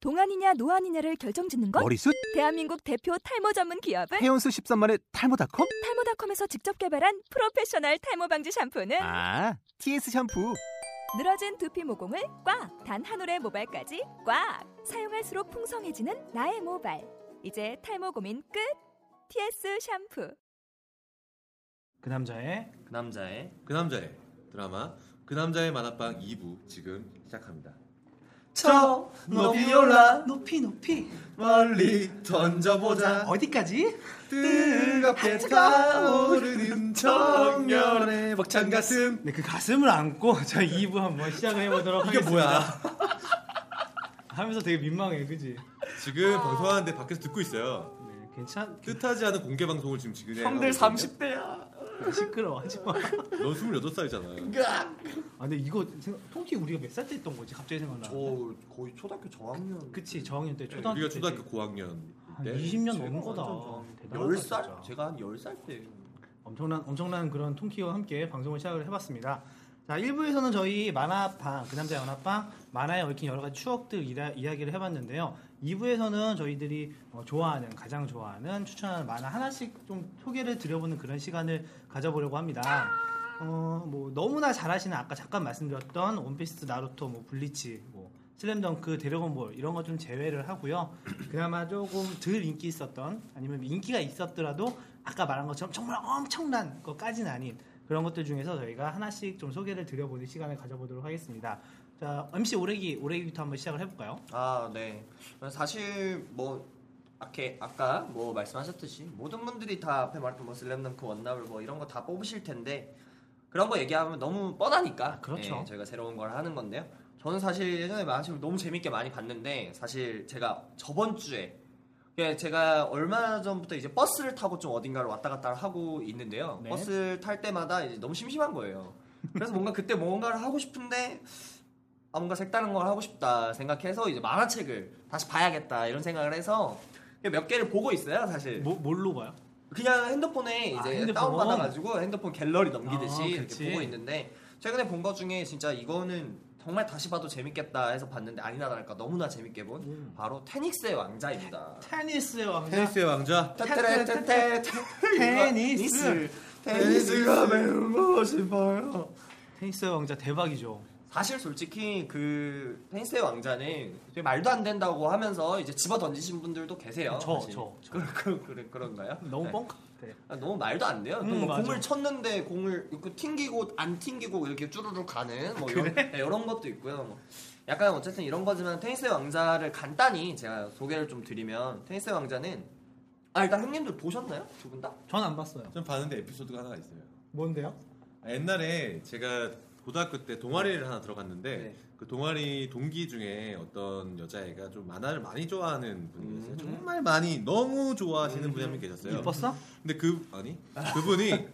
동안이냐 노안이냐를 결정짓는 건 머리숱? 대한민국 대표 탈모 전문 기업은 헤어스 13만의 탈모닷컴? 탈모닷컴에서 직접 개발한 프로페셔널 탈모 방지 샴푸는 아, TS 샴푸. 늘어진 두피 모공을 꽉 단 한 올의 모발까지 꽉 사용할수록 풍성해지는 나의 모발 이제 탈모 고민 끝 TS 샴푸 그 남자의 그 남자의 그 남자의 드라마 그 남자의 만화방 2부 지금 시작합니다. 저 높이 올라 높이 높이 멀리 던져보자 어디까지? 뜨겁게 타오르는 청년의 벅찬 가슴 네 그 가슴을 안고 저 2부 한번 시작을 해보도록 이게 하겠습니다. 뭐야? 하면서 되게 민망해, 그지? 지금 방송하는데 밖에서 듣고 있어요. 네, 괜찮. 뜻하지 않은 공개 방송을 지금 지금 형들 하고 있거든요. 30대야. 시끄러워 하지 마. 넌 28살이잖아요. 아 근데 이거 생각, 통키 우리가 몇 살 때 했던 거지? 갑자기 생각나. 거의 초등학교 저학년. 그치 저학년 때 초등학교 우리가 때 초등학교 고학년 한 때 20년 지금 넘은 거다. 완전 대단하다, 10살? 진짜. 제가 한 10살 때. 엄청난 엄청난 그런 통키와 함께 방송을 시작을 해봤습니다. 자 1부에서는 저희 만화방 그 남자 연합방 만화에 얽힌 여러 가지 추억들 이라- 이야기를 해봤는데요. 2부에서는 저희들이 어, 좋아하는 가장 좋아하는 추천하는 만화 하나씩 좀 소개를 드려보는 그런 시간을 가져보려고 합니다. 어, 뭐 너무나 잘하시는 아까 잠깐 말씀드렸던 원피스, 나루토, 뭐 블리치, 뭐 슬램덩크, 데려곤볼 이런 거 좀 제외를 하고요. 그나마 조금 덜 인기 있었던 아니면 인기가 있었더라도 아까 말한 것처럼 정말 엄청난 것까지는 아닌 그런 것들 중에서 저희가 하나씩 좀 소개를 드려보는 시간을 가져보도록 하겠습니다. 자, MC 오레기 오레기부터 한번 시작을 해볼까요? 아, 네. 사실 뭐 아케, 아까 뭐 말씀하셨듯이 모든 분들이 다 앞에 말했던 뭐 슬램덩크 원나블 뭐 이런 거 다 뽑으실 텐데 그런 거 얘기하면 너무 뻔하니까 아, 그렇죠. 예, 저희가 새로운 걸 하는 건데요. 저는 사실 예전에 마침 너무 재밌게 많이 봤는데 사실 제가 저번 주에 예, 제가 얼마 전부터 이제 버스를 타고 좀 어딘가를 왔다 갔다 하고 있는데요. 네. 버스를 탈 때마다 이제 너무 심심한 거예요. 그래서 뭔가 그때 뭔가를 하고 싶은데 아, 뭔가 색다른 걸 하고 싶다 생각해서 이제 만화책을 다시 봐야겠다 이런 생각을 해서 몇 개를 보고 있어요 사실 뭐, 뭘로 봐요? 그냥 핸드폰에 이제 아, 핸드폰. 다운받아가지고 핸드폰 갤러리 넘기듯이 아, 그렇지. 이렇게 보고 있는데 최근에 본 것 중에 진짜 이거는 정말 다시 봐도 재밌겠다 해서 봤는데 아니나 다를까 너무나 재밌게 본 바로 테닉스의 왕자입니다 테니스의 왕자. 테니스의 왕자 테테테테테 테니스. 테니스가 매우 싶어요 테니스의 왕자 대박이죠. 사실 솔직히 그 테니스의 왕자는 되게 말도 안 된다고 하면서 이제 집어 던지신 분들도 계세요. 저, 사실. 저, 저. 그런 그런 그런 그런가요? 너무 네. 뻥 같아. 아, 너무 말도 안 돼요. 또 음, 뭐 맞아. 공을 쳤는데 공을 그 튕기고 안 튕기고 이렇게 쭈루룩 가는 뭐 이런 네, 이런 것도 있고요. 뭐 약간 어쨌든 이런 거지만 테니스의 왕자를 간단히 제가 소개를 좀 드리면 테니스의 왕자는 아 일단 형님들 보셨나요? 두 분 다? 전 안 봤어요. 좀 봤는데 에피소드가 하나 있어요. 뭔데요? 아, 옛날에 제가 고등학교 때 동아리를 하나 들어갔는데 네. 그 동아리 동기 중에 어떤 여자애가 좀 만화를 많이 좋아하는 분이 계세요. 음. 정말 많이 너무 좋아하시는 분이 한 분 계셨어요. 이뻤어? 근데 그 아니 그분이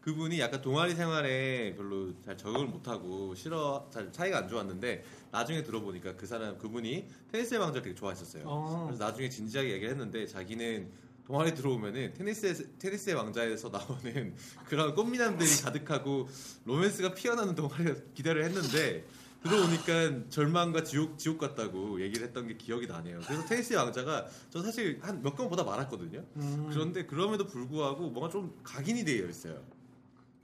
그분이 약간 동아리 생활에 별로 잘 적응을 못하고 싫어 잘 차이가 안 좋았는데 나중에 들어보니까 그 사람 그분이 테니스의 왕자를 되게 좋아했었어요. 어. 그래서 나중에 진지하게 얘기를 했는데 자기는 동아리 들어오면은 테니스 테니스의 왕자에서 나오는 그런 꽃미남들이 가득하고 로맨스가 피어나는 동아리가 기대를 했는데 들어오니까 절망과 지옥 지옥 같다고 얘기를 했던 게 기억이 나네요. 그래서 테니스의 왕자가 저 사실 한 몇 권보다 많았거든요. 음. 그런데 그럼에도 불구하고 뭔가 좀 각인이 되어 있어요.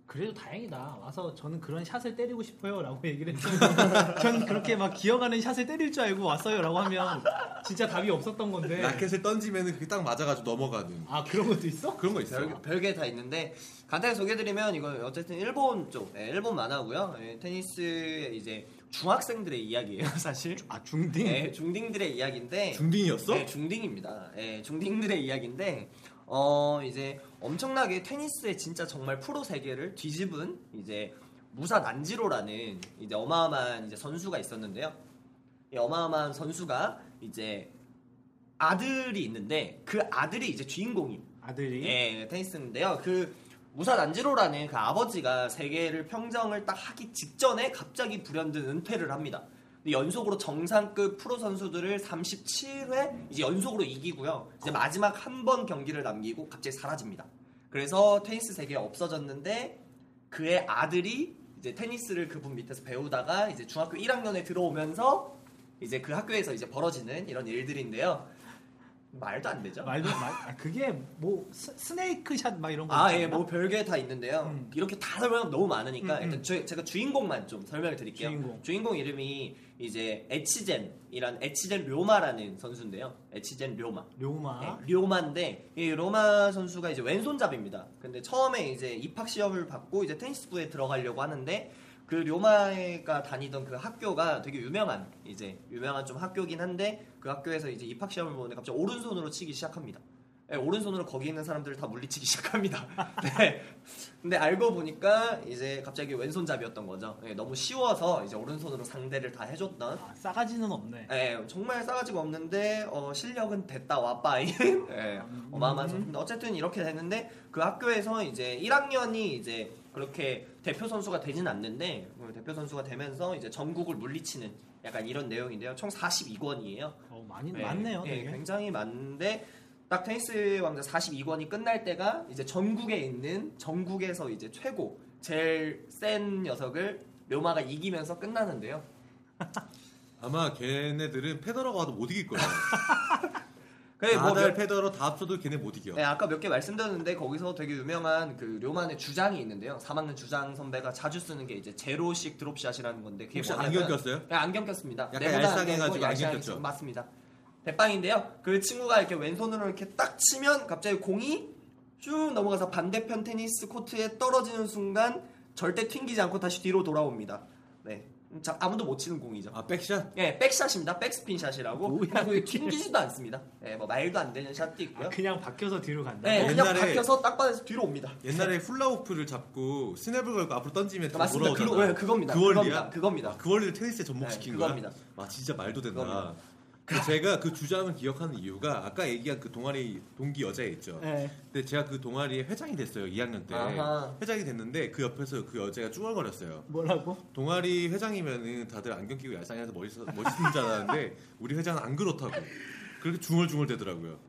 그래도 다행이다. 와서 저는 그런 샷을 때리고 싶어요라고 얘기를 했어요. 전 그렇게 막 기어가는 샷을 때릴 줄 알고 왔어요라고 하면 진짜 답이 없었던 건데. 라켓을 던지면은 그게 딱 맞아가지고 넘어가는 아 그런 것도 있어? 그런 거 있어요. 별, 별게 다 있는데 간단히 소개드리면 이거 어쨌든 일본 쪽 예, 일본 만화고요 예, 테니스의 이제 중학생들의 이야기예요 사실 아 중딩. 예, 중딩들의 이야기인데 중딩이었어? 네, 중딩입니다. 예, 중딩들의 이야기인데 어 이제 엄청나게 테니스의 진짜 정말 프로 세계를 뒤집은 이제 무사 난지로라는 이제 어마어마한 이제 선수가 있었는데요. 이 어마어마한 선수가 이제 아들이 있는데 그 아들이 이제 주인공이 아들이. 예, 테니스인데요. 그 무사 난지로라는 그 아버지가 세계를 평정을 딱 하기 직전에 갑자기 불현듯 은퇴를 합니다. 근데 연속으로 정상급 프로 선수들을 37회 이제 연속으로 이기고요. 이제 마지막 한 번 경기를 남기고 갑자기 사라집니다. 그래서 테니스 세계에 없어졌는데 그의 아들이 이제 테니스를 그분 밑에서 배우다가 이제 중학교 1학년에 들어오면서 이제 그 학교에서 이제 벌어지는 이런 일들인데요. 말도 안 되죠. 말도 말 아, 그게 뭐 스, 네이크샷 막 이런 거. 아, 있잖아요. 예, 뭐 별게 다 있는데요. 음. 이렇게 다 설명하면 너무 음, 많으니까 음. 일단 주- 제가 주인공만 좀 설명을 드릴게요. 주인공. 이름이 이제 에치젠이란 에치젠 료마라는 선수인데요. 에치젠 료마. 료마. 네, 료마인데 이 료마 선수가 이제 왼손잡이입니다. 근데 처음에 이제 입학 시험을 받고 이제 테니스부에 들어가려고 하는데 그 료마가 다니던 그 학교가 되게 유명한 이제 유명한 좀 학교긴 한데 그 학교에서 이제 입학 시험을 보는데 갑자기 오른손으로 치기 시작합니다. 네, 오른손으로 거기 있는 사람들을 다 물리치기 시작합니다. 네. 근데 알고 보니까 이제 갑자기 왼손잡이였던 거죠. 네, 너무 쉬워서 이제 오른손으로 상대를 다 해줬던 아, 싸가지는 없네. 예, 정말 싸가지가 없는데 어, 실력은 됐다 와빠인 예, 어마어마한 선수. 근데 어쨌든 이렇게 됐는데 그 학교에서 이제 1학년이 이제 그렇게 대표 선수가 되진 않는데 어, 대표 선수가 되면서 이제 전국을 물리치는 약간 이런 내용인데요. 총 42권이에요. 어, 많이 예. 많네요. 되게. 굉장히 많은데 딱 테니스 왕자 42권이 끝날 때가 이제 전국에 있는 전국에서 이제 최고 제일 센 녀석을 묘마가 이기면서 끝나는데요. 아마 걔네들은 페더러가 와도 못 이길 거예요. 그게 뭐 나달 몇- 페더러 다 합쳐도 걔네 못 이겨. 네, 아까 몇 개 말씀드렸는데 거기서 되게 유명한 그 료만의 주장이 있는데요. 3학년 주장 선배가 자주 쓰는 게 이제 제로식 드롭샷이라는 건데 그게 혹시 뭐냐면- 안경 꼈어요? 네, 안경 꼈습니다. 약간 네모난 얄쌍해가지고 안경이고 안경 얄쌍하게 꼈죠. 쓰- 맞습니다. 대빵인데요. 그 친구가 이렇게 왼손으로 이렇게 딱 치면 갑자기 공이 쭉 넘어가서 반대편 테니스 코트에 떨어지는 순간 절대 튕기지 않고 다시 뒤로 돌아옵니다. 네. 자, 아무도 못 치는 공이죠. 아 백샷? 예, 백샷입니다. 백스핀샷이라고. 그리고 튕기지도 않습니다. 예, 뭐 말도 안 되는 샷도 있고요. 아, 그냥 바뀌어서 뒤로 간다. 네, 그냥 옛날에- 박혀서 딱받아서 뒤로 옵니다. 옛날에 훌라후프를 잡고 스냅을 걸고 앞으로 던지면 다 네. 맞습니다. 돌아오잖아. 그, 네, 그겁니다. 그 그겁니다. 원리야? 그겁니다. 그 원리를 테니스에 접목시킨 네, 거야? 그겁니다. 아 진짜 말도 된다. 그겁니다. 그 제가 그 주장을 기억하는 이유가 아까 얘기한 그 동아리 동기 여자 있죠. 네. 근데 제가 그 동아리의 회장이 됐어요. 2학년 때 아하. 회장이 됐는데 그 옆에서 그 여자가 쭈얼거렸어요. 뭐라고? 동아리 회장이면은 다들 안경 끼고 얄쌍해서 멋있어 멋있는 줄 알았는데 우리 회장은 안 그렇다고 그렇게 중얼중얼 대더라고요.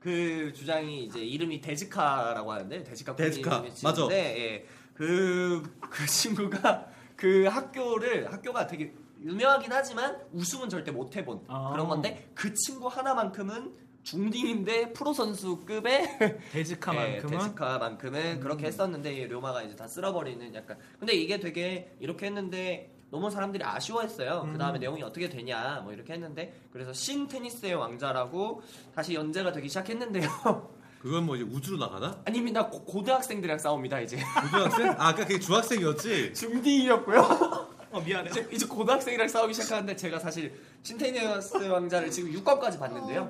그 주장이 이제 이름이 데즈카라고 하는데 데즈카 데즈카, 군인이 있는데, 맞아. 예. 그, 그 친구가 그 학교를 학교가 되게 유명하긴 하지만 우승은 절대 못 해본 아. 그런 건데 그 친구 하나만큼은 중딩인데 프로 선수급의 데즈카만큼은 예, 음. 데즈카만큼은 그렇게 했었는데 이 료마가 이제 다 쓸어버리는 약간 근데 이게 되게 이렇게 했는데 너무 사람들이 아쉬워했어요. 그 다음에 내용이 어떻게 되냐 뭐 이렇게 했는데 그래서 신 테니스의 왕자라고 다시 연재가 되기 시작했는데요. 그건 뭐 이제 우주로 나가나? 아닙니다. 고, 고등학생들이랑 싸웁니다 이제 고등학생? 아 아까 그게 중학생이었지. 중딩이었고요. 어, 미안해. 이제, 이제 고등학생이랑 싸우기 시작하는데 제가 사실 신 테니스의 왕자를 지금 6권까지 아, 봤는데요.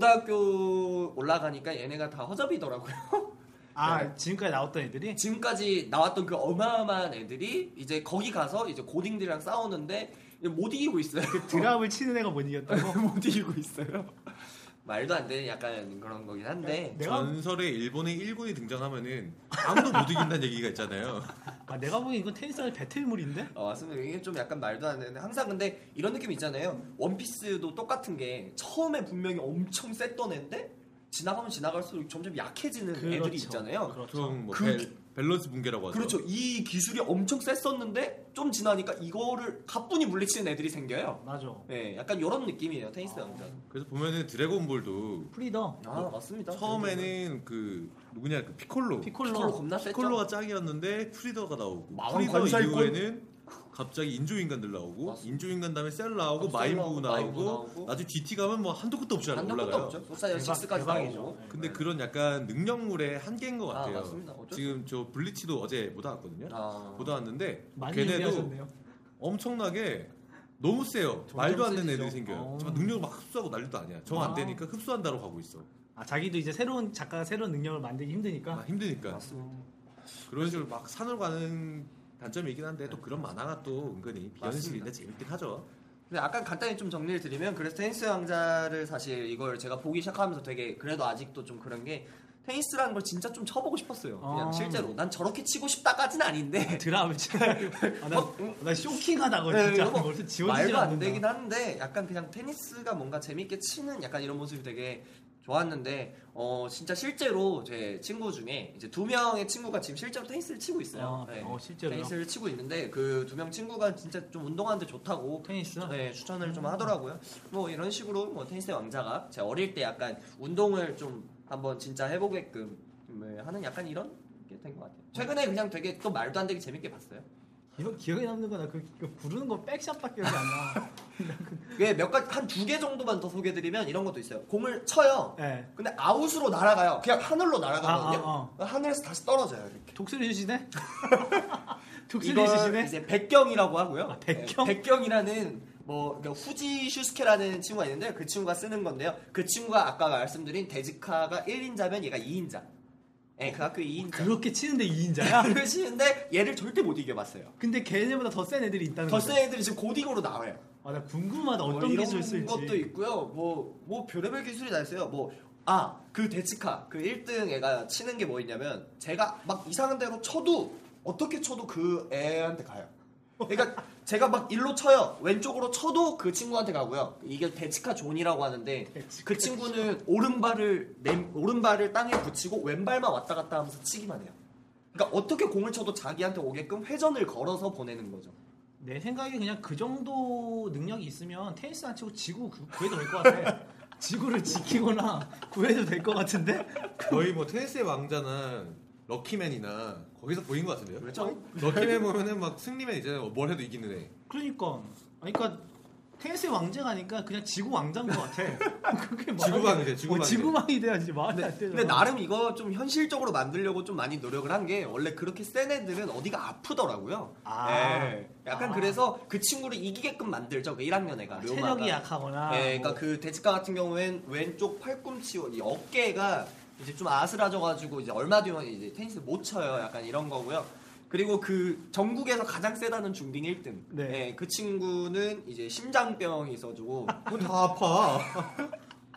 고등학교 올라가니까 얘네가 다 허접이더라고요. 아 지금까지 나왔던 애들이 어. 지금까지 나왔던 그 어마어마한 애들이 이제 거기 가서 이제 고딩들이랑 싸우는데 못 이기고 있어요. 드랍을 치는 애가 못 이겼다고. 못 이기고 있어요. 말도 안 되는 약간 그런 거긴 한데 내가 전설의 일본의 1군이 등장하면은 아무도 못 이긴다는 얘기가 있잖아요. 아, 내가 보기엔 이건 테니스의 배틀물인데. 어, 맞습니다. 이게 좀 약간 말도 안 되는데 항상 근데 이런 느낌 있잖아요. 원피스도 똑같은 게 처음에 분명히 엄청 셌던 애인데 지나가면 지나갈수록 점점 약해지는 애들이 있잖아요. 그렇죠. 보통 뭐 그- 밸- 밸런스 붕괴라고 하죠. 그렇죠. 이 기술이 엄청 셌었는데 좀 지나니까 이거를 가뿐히 물리치는 애들이 생겨요. 맞아. 네, 약간 이런 느낌이에요. 테니스 강자. 그래서 보면은 드래곤볼도 프리더. 아 맞습니다. 뭐, 네. 처음에는 그 누구냐 그 피콜로 피콜로. 피콜로 겁나 셌죠. 피콜로가 짝이었는데 프리더가 나오고 마왕 프리더 관살권? 이후에는 갑자기 인조인간들 나오고 맞습니다. 인조인간 다음에 셀 나오고 셀 마인부 나오고, 나오고, 마인부 나오고. 나중에 GT 가면 뭐 한도 끝도 없이 단독도 올라가요. 없죠. 소사이어 대박, 6까지 대박이죠. 나오고. 네. 근데 네. 그런 약간 능력물의 한계인 것 아, 같아요. 맞습니다. 어쩔 수 지금 저 블리치도 어제 못 왔거든요. 아, 못 왔는데 많이 걔네도 얘기하셨네요. 엄청나게 너무 세요. 말도 안 되는 세지죠. 애들이 생겨요. 어. 정말 능력을 막 흡수하고 난리도 아니야. 정 안 아. 되니까 흡수한다로 가고 있어. 아 자기도 이제 새로운 작가가 새로운 능력을 만들기 아, 힘드니까. 힘드니까. 맞습니다. 그런 식으로 막 산으로 가는 단점이긴 한데 또 그런 만화가 또 은근히 비현실인데 재밌긴 하죠. 근데 아까 간단히 좀 정리를 드리면 그래서 테니스 왕자를 사실 이걸 제가 보기 시작하면서 되게 그래도 아직도 좀 그런 게 테니스라는 걸 진짜 좀 쳐보고 싶었어요. 그냥 아. 실제로 난 저렇게 치고 싶다까지는 아닌데 드랍을 치는. 아, 나, 어, 응. 나 쇼킹하다고 네, 진짜. 이거 뭐 벌써 지워지질 말도 안 않는다. 아, 되긴 하는데 약간 그냥 테니스가 뭔가 재밌게 치는 약간 이런 모습이 되게 좋았는데 어 진짜 실제로 제 친구 중에 이제 두 명의 친구가 지금 실제로 테니스를 치고 있어요. 어, 네. 어, 실제로요. 테니스를 치고 있는데 그 두 명 친구가 진짜 좀 운동하는데 좋다고 테니스. 네, 추천을 음. 좀 하더라고요. 뭐 이런 식으로 뭐 테니스의 왕자가 제가 어릴 때 약간 운동을 좀 한번 진짜 해보게끔 음, 하는 약간 이런 게 된 것 같아요. 최근에 그냥 되게 또 말도 안 되게 재밌게 봤어요. 이거 기억에 남는 거나 그, 그 부르는 거 백샷밖에 기억이 안 나. 그게 몇 가지 한 두 개 정도만 더 소개드리면 이런 것도 있어요. 공을 쳐요. 네. 근데 아웃으로 날아가요. 그냥 하늘로 날아가거든요. 아, 아, 하늘에서 다시 떨어져요. 이렇게. 독수리 주시네? 독수리 이걸 주시네? 이제 백경이라고 하고요. 아, 백경? 네, 백경이라는 뭐 그러니까 후지 슈스케라는 친구가 있는데 그 친구가 쓰는 건데요. 그 친구가 아까 말씀드린 데즈카가 1인자면 얘가 2인자. 예, 그 학교 2인자. 그렇게 치는데 2인자야? 그렇게 치는데 얘를 절대 못 이겨봤어요. 근데 걔네보다 더 센 애들이 있다는 더 거죠? 센 애들이 지금 고딩으로 나와요. 아, 나 궁금하다. 뭐 어떤 이런 기술 쓸지. 것도 있고요. 뭐, 뭐 별의별 기술이 다 있어요. 뭐, 아, 그 데츠카, 그 1등 애가 치는 게 뭐 있냐면, 제가 막 이상한 대로 쳐도, 어떻게 쳐도 그 애한테 가요. 그러니까 제가 막 일로 쳐요. 왼쪽으로 쳐도 그 친구한테 가고요. 이게 데츠카 존이라고 하는데 그 친구는 오른발을 냄- 오른발을 땅에 붙이고 왼발만 왔다 갔다 하면서 치기만 해요. 그러니까 어떻게 공을 쳐도 자기한테 오게끔 회전을 걸어서 보내는 거죠. 내 생각에 그냥 그 정도 능력이 있으면 테니스 안 치고 지구 구- 구해도 될 것 같아. 지구를 지키거나 구해도 될 것 같은데? 거의 뭐 테니스의 왕자나 럭키맨이나 거기서 보인 것 같은데요. 그렇죠? 럭키맨 보면은 막 승리맨 있잖아요. 뭘 해도 이기는 애. 그러니까. 아니, 그러니까 테니스의 왕자가 아니까 그냥 지구 왕자인 것 같아. 그게 말이- 지구왕이죠, 지구왕이. 어, 지구왕이 돼야지 말이 안 되잖아. 근데 나름 이거 좀 현실적으로 만들려고 좀 많이 노력을 한 게 원래 그렇게 센 애들은 어디가 아프더라고요. 아. 예. 약간 아. 그래서 그 친구를 이기게끔 만들죠. 그 1학년 애가. 아, 료마가. 체력이 약하거나. 예, 그러니까 뭐. 그 대치과 같은 경우엔 왼쪽 팔꿈치 이 어깨가 이제 좀 아스라져가지고 이제 얼마 뒤면 이제 테니스 못 쳐요. 약간 이런 거고요. 그리고 그 전국에서 가장 세다는 중딩 1등. 네. 예, 그 친구는 이제 심장병이 있어가지고 그건 다 아파.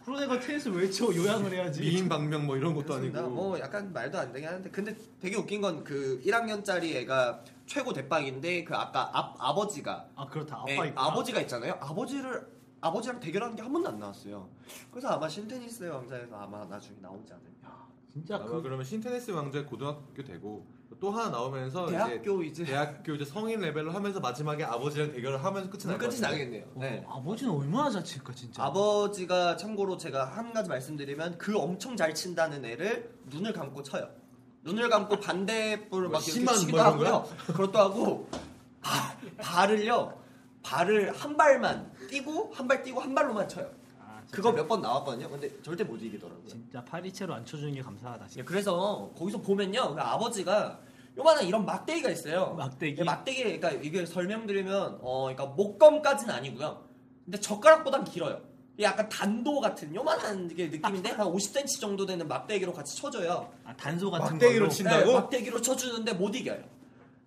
그런 애가 테니스 왜 쳐? 요양을 해야지. 미인 방명 뭐 이런 것도 그렇죠. 그렇습니다. 아니고. 뭐 약간 말도 안 되긴 하는데 근데 되게 웃긴 건 그 1학년짜리 애가 최고 대빵인데 그 아까 아, 아버지가 아, 그렇다. 아빠 애- 있구나. 예, 아버지가 있잖아요. 아버지를 아버지랑 대결하는 게 한 번도 안 나왔어요. 그래서 아마 신테니스의 왕자에서 아마 나중에 나오지 않을까. 진짜 아마 그 그러면 신테니스 왕자 고등학교 되고 또 하나 나오면서 어, 이제 대학교 이제 대학교 이제 성인 레벨로 하면서 마지막에 아버지랑 대결을 하면서 끝이 날 것 끝이 같은데. 나겠네요. 네. 어, 아버지는 얼마나 잘 칠까 진짜. 아버지가 참고로 제가 한 가지 말씀드리면 그 엄청 잘 친다는 애를 눈을 감고 쳐요. 눈을 감고 반대뿔 뭐 막 이렇게 심한 치기도 뭐 이런 거야? 하고요. 그것도 하고 바, 발을요. 발을 한 발만 뛰고 한 발 뛰고 한 발로만 쳐요. 아, 진짜, 그거 몇 번 나왔거든요. 근데 절대 못 이기더라고요. 진짜 파리채로 안 쳐주는 게 감사하다. 예, 진짜. 그래서 거기서 보면요. 그 아버지가 요만한 이런 막대기가 있어요. 막대기? 예, 막대기 그러니까 이게 설명드리면 어 그러니까 목검까지는 아니고요. 근데 젓가락보단 길어요. 이게 약간 단도 같은 요만한 이게 느낌인데 한 50cm 정도 되는 막대기로 같이 쳐줘요. 아, 단소 같은 막대기로 걸로. 친- 친다고? 예, 막대기로 쳐주는데 못 이겨요.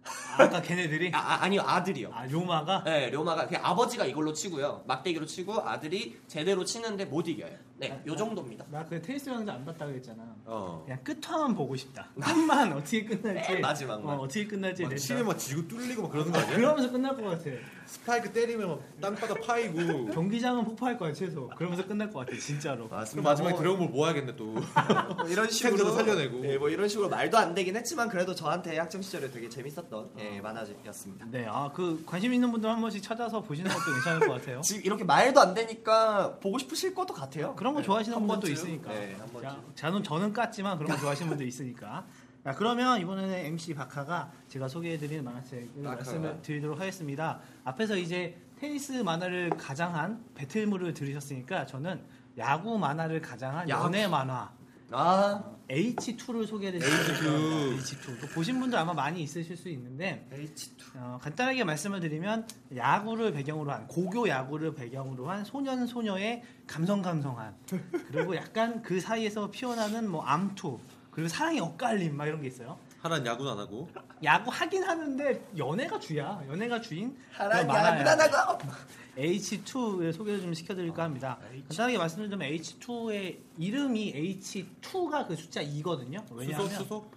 아, 아까 걔네들이 아, 아 아니요 아들이요. 아 요마가 네, 료마가 그 아버지가 이걸로 치고요. 막대기로 치고 아들이 제대로 치는데 못 이겨요. 네, 요 정도입니다. 나 그 테니스 왕자 안 봤다고 했잖아. 어. 그냥 끝만 보고 싶다. 끝만 어떻게 끝날지. 맨 마지막만. 어, 어떻게 끝날지. 막 내 치면 막 지구 뚫리고 막 그러는 거 아니야? 그러면서 끝날 것 같아. 스파이크 때리면 막 땅바닥 파이고. 경기장은 폭파할 거야 최소. 그러면서 끝날 것 같아 진짜로. 그럼 마지막에 뭐- 드래곤볼 모아야겠네 또. 뭐 이런 식으로 책으로도 살려내고. 네, 예, 뭐 이런 식으로 말도 안 되긴 했지만 그래도 저한테 학창 시절에 되게 재밌었던 예, 만화였습니다. 네, 아 그 관심 있는 분들 한 번씩 찾아서 보시는 것도 괜찮을 것 같아요. 지금 이렇게 말도 안 되니까 보고 싶으실 것도 같아요. 그런 거 네, 좋아하시는 한 분도 번쯤. 있으니까. 네, 한 자, 번쯤. 저는 저는 깠지만 그런 거 좋아하시는 분도 있으니까. 자, 그러면 이번에는 MC 박하가 제가 소개해드린 만화책을 박하가. 말씀을 드리도록 하겠습니다. 앞에서 이제 테니스 만화를 가장한 배틀물을 들으셨으니까 저는 야구 만화를 가장한 야구. 연애 만화 아, H2를 소개해드리겠습니다. H2. 또 보신 분들 아마 많이 있으실 수 있는데 H2. 어, 간단하게 말씀을 드리면 야구를 배경으로 한 고교 야구를 배경으로 한 소년 소녀의 감성 감성한 그리고 약간 그 사이에서 피어나는 뭐 암투 그리고 사랑의 엇갈림 막 이런 게 있어요. 하란 야구는 안 하고. 야구 하긴 하는데 연애가 주야. 연애가 주인 그런 하란 만화야. 야구단하고 H2를 소개를 좀 시켜드릴까 아, 합니다. 간단하게 말씀드리면 H2의 이름이 H2가 그 숫자 2거든요. 수소 왜냐하면 수소.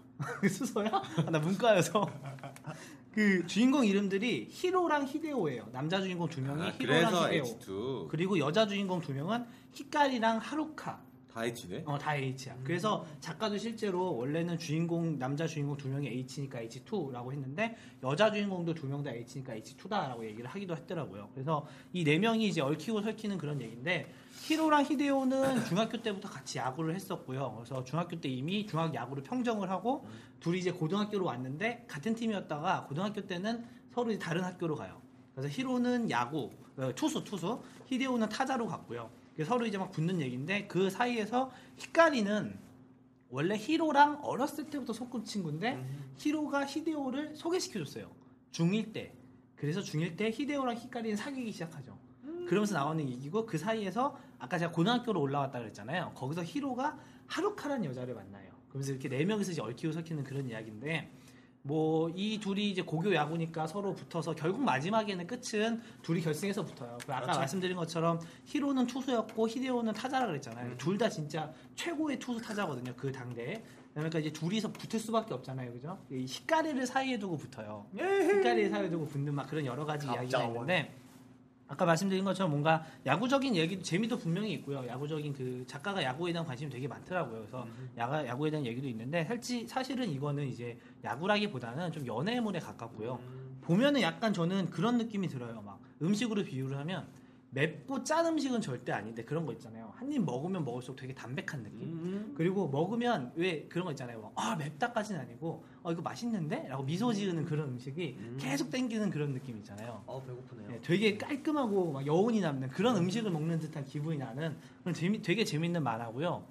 수소야? 아, 나 문과여서. 그 주인공 이름들이 히로랑 히데오예요. 남자 주인공 두 명이 아, 히로랑 그래서 히데오. H2. 그리고 여자 주인공 두 명은 히카리랑 하루카. 다 다이치네. 어, 다 H야. 그래서 작가도 실제로 원래는 주인공 남자 주인공 두 명이 H니까 H2라고 했는데 여자 주인공도 두 명 다 H니까 H2다라고 얘기를 하기도 했더라고요. 그래서 이 네 명이 이제 얽히고 설키는 그런 얘기인데 히로랑 히데오는 중학교 때부터 같이 야구를 했었고요. 그래서 중학교 때 이미 중학 야구를 평정을 하고 둘이 이제 고등학교로 왔는데 같은 팀이었다가 고등학교 때는 서로 이제 다른 학교로 가요. 그래서 히로는 야구 어, 투수 투수 히데오는 타자로 갔고요. 그래서 서로 이제 막 붙는 얘기인데 그 사이에서 히카리는 원래 히로랑 어렸을 때부터 소꿉 친구인데 히로가 히데오를 소개시켜줬어요. 중1 때. 그래서 중1 때 히데오랑 히카리는 사귀기 시작하죠. 그러면서 나오는 얘기고 그 사이에서 아까 제가 고등학교로 올라왔다 그랬잖아요. 거기서 히로가 하루카라는 여자를 만나요. 그러면서 이렇게 네 명이서 이제 얽히고 섞이는 그런 이야기인데 뭐 이 둘이 이제 고교 야구니까 서로 붙어서 결국 마지막에는 끝은 둘이 결승에서 붙어요. 그 아까 그렇죠. 말씀드린 것처럼 히로는 투수였고 히데오는 타자라 음. 그랬잖아요. 둘 다 진짜 최고의 투수 타자거든요. 그 당대에. 그러니까 이제 둘이서 붙을 수밖에 없잖아요. 그죠? 이 히카리를 사이에 두고 붙어요. 히카리를 사이에 두고 붙는 막 그런 여러 가지 이야기가 갑자원. 있는데 아까 말씀드린 것처럼 뭔가 야구적인 얘기 재미도 분명히 있고요. 야구적인 그 작가가 야구에 대한 관심이 되게 많더라고요. 그래서 야가, 야구에 대한 얘기도 있는데 사실 사실은 이거는 이제 야구라기보다는 좀 연애물에 가깝고요. 보면은 약간 저는 그런 느낌이 들어요. 막 음식으로 비유를 하면 맵고 짠 음식은 절대 아닌데 그런 거 있잖아요. 한 입 먹으면 먹을수록 되게 담백한 느낌. 그리고 먹으면 왜 그런 거 있잖아요. 막, 아 맵다까지는 아니고 어 이거 맛있는데라고 미소 지으는 그런 음식이 계속 땡기는 그런 느낌 있잖아요. 어 배고프네요. 네, 되게 깔끔하고 막 여운이 남는 그런 음식을 먹는 듯한 기분이 나는 그런 재미 되게 재밌는 만화고요.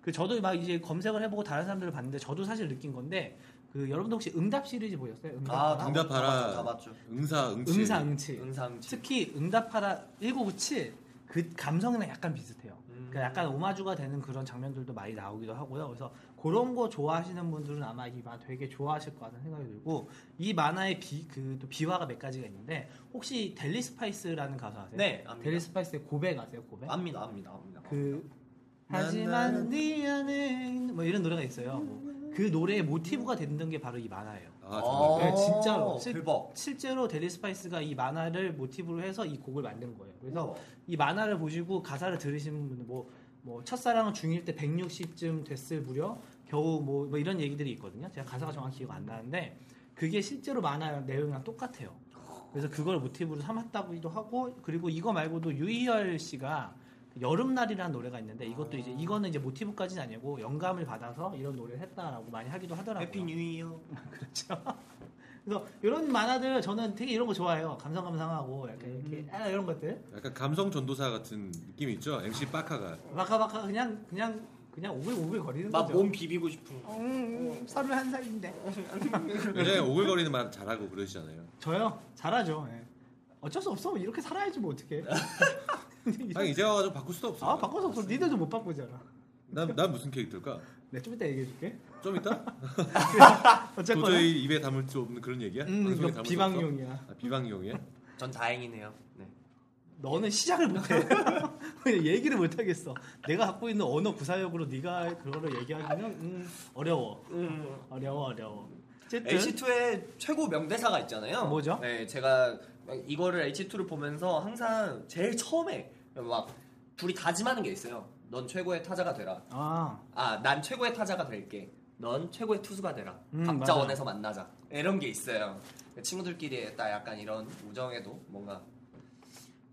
그 저도 막 이제 검색을 해보고 다른 사람들을 봤는데 저도 사실 느낀 건데 그 여러분들 혹시 응답 시리즈 보셨어요? 응답하라. 응답. 응답하라. 아, 다 맞죠. 응사 응치. 응사 응치. 응상치. 특히 응답하라 1997 그 감성이랑 약간 비슷해요. 음. 그 약간 오마주가 되는 그런 장면들도 많이 나오기도 하고요. 그래서 그런 거 좋아하시는 분들은 아마 이 만화 되게 좋아하실 것 같은 생각이 들고 이 만화의 비 그 또 비화가 몇 가지가 있는데 혹시 델리 스파이스라는 가수 아세요? 네, 압니다. 델리 스파이스의 고백 아세요? 고백? 압니다, 압니다, 압니다. 그 하지만 네 안에 뭐 이런 노래가 있어요. 뭐그 노래의 모티브가 됐던 게 바로 이 만화예요. 아 어. 정말. 네, 진짜로. 실- 대박. 실제로 델리 스파이스가 이 만화를 모티브로 해서 이 곡을 만든 거예요. 그래서 그래서 이 만화를 보시고 가사를 들으시는 분은 뭐, 뭐 첫사랑은 중1 때 160쯤 됐을 무렵 겨우 뭐, 뭐 이런 얘기들이 있거든요. 제가 가사가 정확히 기억 안 나는데 그게 실제로 만화 내용이랑 똑같아요. 그래서 그걸 모티브로 삼았다고도 하고 그리고 이거 말고도 유희열 씨가 여름날이라는 노래가 있는데 아. 이것도 이제 이거는 이제 모티브까지는 아니고 영감을 받아서 이런 노래를 했다라고 많이 하기도 하더라고요. 해피 뉴 이어. 그렇죠. 그래서 이런 만화들 저는 되게 이런 거 좋아해요. 감상감상하고 약간 음. 이렇게 아, 이런 것들. 약간 감성 전도사 같은 느낌이 있죠. MC 빠카가. 바카바카 그냥 그냥 그냥 오글오글 거리는 막 거죠. 몸 비비고 싶은 거. 음, 서른한 살인데. 굉장히 오글거리는 말 잘하고 그러시잖아요. 저요 잘하죠. 예. 어쩔 수 없어. 이렇게 살아야지 뭐 어떻게. 아 이제 와가지고 바꿀 수도 없어. 아 바꿔서 없어. 니들도 못 바꾸잖아. 난, 난 무슨 캐릭터일까? 내가 좀 이따 얘기해줄게. 좀 이따? 어쨌거나. 도저히 입에 담을 수 없는 그런 얘기야? 음, 방송에 이거 담을 수 비방용이야. 없어? 아, 비방용이야? 전 다행이네요. 네. 너는 시작을 못해. 그냥 얘기를 못하겠어. 내가 갖고 있는 언어 구사력으로 네가 그거를 얘기하기는 음, 어려워. 어려워 어려워. 어쨌든 H2의 최고 명대사가 있잖아요. 뭐죠? 네, 제가 이거를 H2를 보면서 항상 제일 처음에 막 둘이 다짐하는 게 있어요. 넌 최고의 타자가 되라. 아 아, 난 최고의 타자가 될게. 넌 최고의 투수가 되라. 음, 각자원에서 만나자. 이런 게 있어요. 친구들끼리 딱 약간 이런 우정에도 뭔가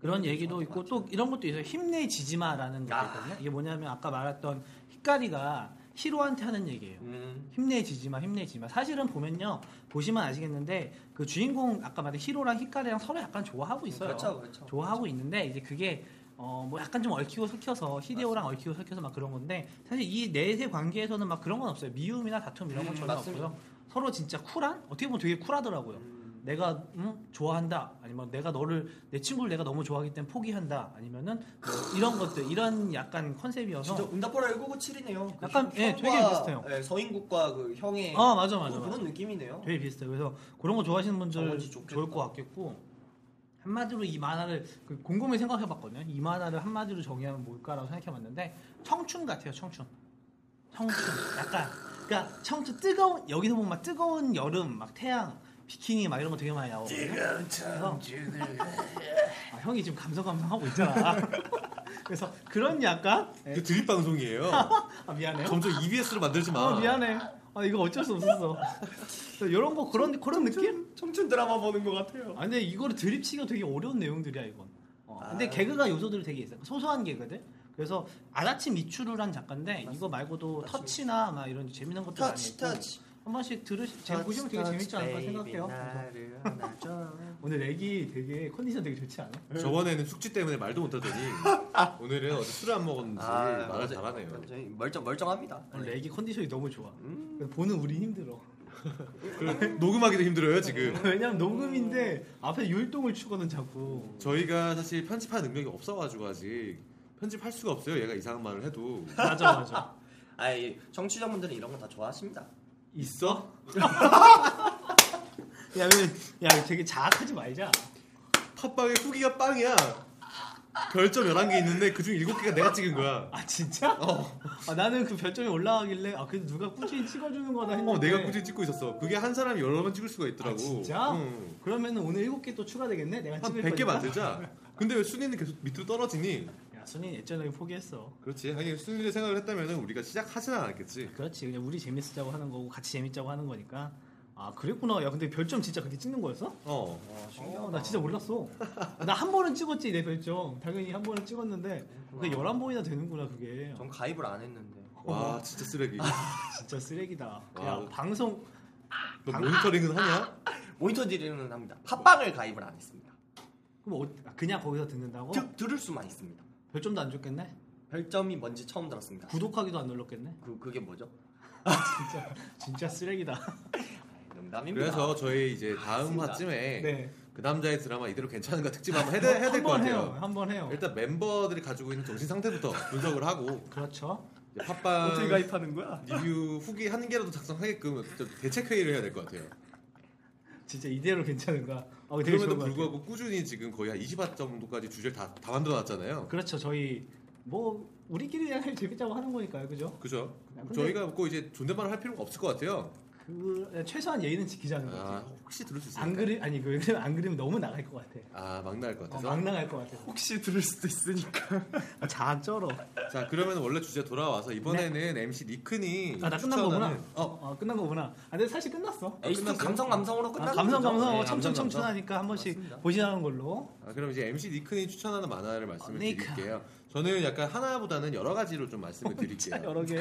그런 얘기도 있고 또 이런 것도 있어요. 힘내지지마라는 거 아. 있거든요. 이게 뭐냐면 아까 말했던 히카리가 히로한테 하는 얘기예요. 음, 힘내지지마, 힘내지마. 사실은 보면요, 보시면 아시겠는데 그 주인공 아까 말한 히로랑 히카리랑 서로 약간 좋아하고 있어요. 그렇죠, 그렇죠. 좋아하고 있는데 이제 그게 어 뭐 약간 좀 얽히고 섞여서 히데오랑 얽히고 섞여서 막 그런 건데 사실 이 내세 관계에서는 막 그런 건 없어요. 미움이나 다툼 이런 건 음, 전혀 맞습니다. 없고요. 서로 진짜 쿨한 어떻게 보면 되게 쿨하더라고요. 내가 음, 좋아한다 아니면 내가 너를 내 친구를 내가 너무 좋아하기 때문에 포기한다 아니면은 뭐 이런 것들 이런 약간 컨셉이어서 진짜 응답하라 1997이네요. 그 약간, 예, 되게 비슷해요. 서인국과 그 형의 뭐 아 맞아 맞아 맞아. 어, 그런 느낌이네요. 되게 비슷해요. 그래서 그런 거 좋아하시는 분들 나머지 어, 좋겠다. 좋을 것 같겠고 한마디로 이 만화를 그 곰곰이 생각해봤거든요. 이 만화를 한마디로 정의하면 뭘까라고 생각해봤는데 청춘 같아요. 청춘. 청춘. 약간 그러니까 청춘 뜨거운 여기서 보면 막 뜨거운 여름 막 태양 비키니 막 이런 거 되게 많이 나오거든요. 그래서 아, 형이 지금 감성 감성하고 있잖아. 그래서 그런 약간 예. 그 드립 방송이에요. 아, 미안해요. 점점 EBS로 만들지 마. 어, 미안해. 아 이거 어쩔 수 없었어. 이런 거 그런 그런 느낌? 청춘 드라마 보는 것 같아요. 아 근데 이거를 드립치기가 되게 어려운 내용들이야 이건. 어, 근데 아. 개그가 요소들이 되게 있어. 소소한 개그들. 그래서 아다치 미추를 한 작가인데 이거 말고도 맞습니다. 터치나 막 이런 재미난 것도 많이 터치 있고 터치. 한 번씩 들으시 재 보시면 되게 재밌지 않을까 생각해요. 그래서 오늘 렉이 되게 컨디션 되게 좋지 않아? 네. 저번에는 숙취 때문에 말도 못하더니 오늘은 어제 술을 안 먹었는지 말을 잘하네요. 완전히 멀쩡 멀쩡합니다. 네. 오늘 렉이 컨디션이 너무 좋아. 음. 그래서 보는 우리 힘들어. 그 녹음하기도 힘들어요 지금. 왜냐면 녹음인데 앞에 율동을 추거든 음. 자꾸. 저희가 사실 편집할 능력이 없어가지고 아직 편집할 수가 없어요. 얘가 이상한 말을 해도 맞아 맞아. 아이 청취자분들은 이런 거 다 좋아하십니다. 있어? 야, 왜, 야, 되게 자학하지 말자. 팟빵에 후기가 빵이야. 별점 11개 있는데 그중 7개가 내가 찍은 거야. 아 진짜? 어. 아, 나는 그 별점이 올라가길래 아 그래도 누가 꾸준히 찍어주는 거다 했는데. 어, 내가 굳이 찍고 있었어. 그게 한 사람이 여러 번 찍을 수가 있더라고. 아, 진짜? 응. 그러면 오늘 일곱 개 또 추가되겠네. 내가 한 찍을 100개 거니까. 만들자. 근데 왜 순위는 계속 밑으로 떨어지니? 야, 순이 예전에 포기했어. 그렇지. 하긴 순위를 생각을 했다면 우리가 시작하진 않았겠지. 그렇지. 그냥 우리 재밌자고 하는 거고 같이 재밌자고 하는 거니까. 아 그랬구나. 야 근데 별점 진짜 그렇게 찍는 거였어? 어. 어, 나 진짜 몰랐어. 나 한 번은 찍었지 내 별점. 당연히 한 번은 찍었는데 그게 1 1 번이나 되는구나 그게. 전 가입을 안 했는데. 와, 진짜 쓰레기. 진짜 쓰레기다. 와. 야 방송 아, 너 모니터링은 하냐? 모니터 디링은 합니다. 팟빵을 가입을 안 했습니다. 그럼 어- 그냥 거기서 듣는다고? 드- 들을 수만 있습니다. 별점도 안 줬겠네. 별점이 뭔지 처음 들었습니다. 구독하기도 안 눌렀겠네. 그, 그게 뭐죠? 진짜 진짜 쓰레기다. 아이, 농담입니다. 그래서 저희 이제 다음 맞습니다. 화쯤에 아, 네. 그 남자의 드라마 이대로 괜찮은가 특집 한번 해야, 될- 해야 될 것 한번 같아요. 해요. 어. 한번 해요. 일단 멤버들이 가지고 있는 정신 상태부터 분석을 하고 그렇죠. 이제 팟빵 어떻게 가입하는 거야? 리뷰 후기 한 개라도 작성하게끔 좀 대책 회의를 해야 될 것 같아요. 진짜 이대로 괜찮은가? 어, 되게 그럼에도 좋은 것 불구하고 꾸준히 지금 거의 한 20화 정도까지 주제를 다, 다 만들어놨잖아요. 같아요. 그렇죠. 저희 뭐 우리끼리 그냥 재밌자고 하는 거니까요. 그죠? 그죠? 근데- 저희가 꼭 이제 존댓말을 할 필요가 없을 것 같아요. 그 최소한 예의는 지키자는 거지. 아, 혹시 들을 수 있을까요? 안 그리 아니 그안 그리면 너무 나갈 것 같아. 아, 막 나갈 것 어, 같아서. 막 나갈 것 같아. 혹시 들을 수도 있으니까. 아, 자 쩔어. 자, 그러면 원래 주제 돌아와서 이번에는 MC 니큰이 네. 아, 나 끝난 추천하는- 거구나. 어, 아, 끝난 거구나. 아, 근데 사실 끝났어. 에이스톤 끝났어요? 감성 감성으로 아, 끝나는 감성 거죠? 감성 네, 청춘 감성, 청춘 하니까 한 번씩 맞습니다. 보시라는 걸로. 아, 그럼 이제 MC 니큰이 추천하는 만화를 말씀을 어, 니큰. 드릴게요. 저는 약간 하나보다는 여러 가지로 좀 말씀을 자 드릴게요. 어, 여러 개.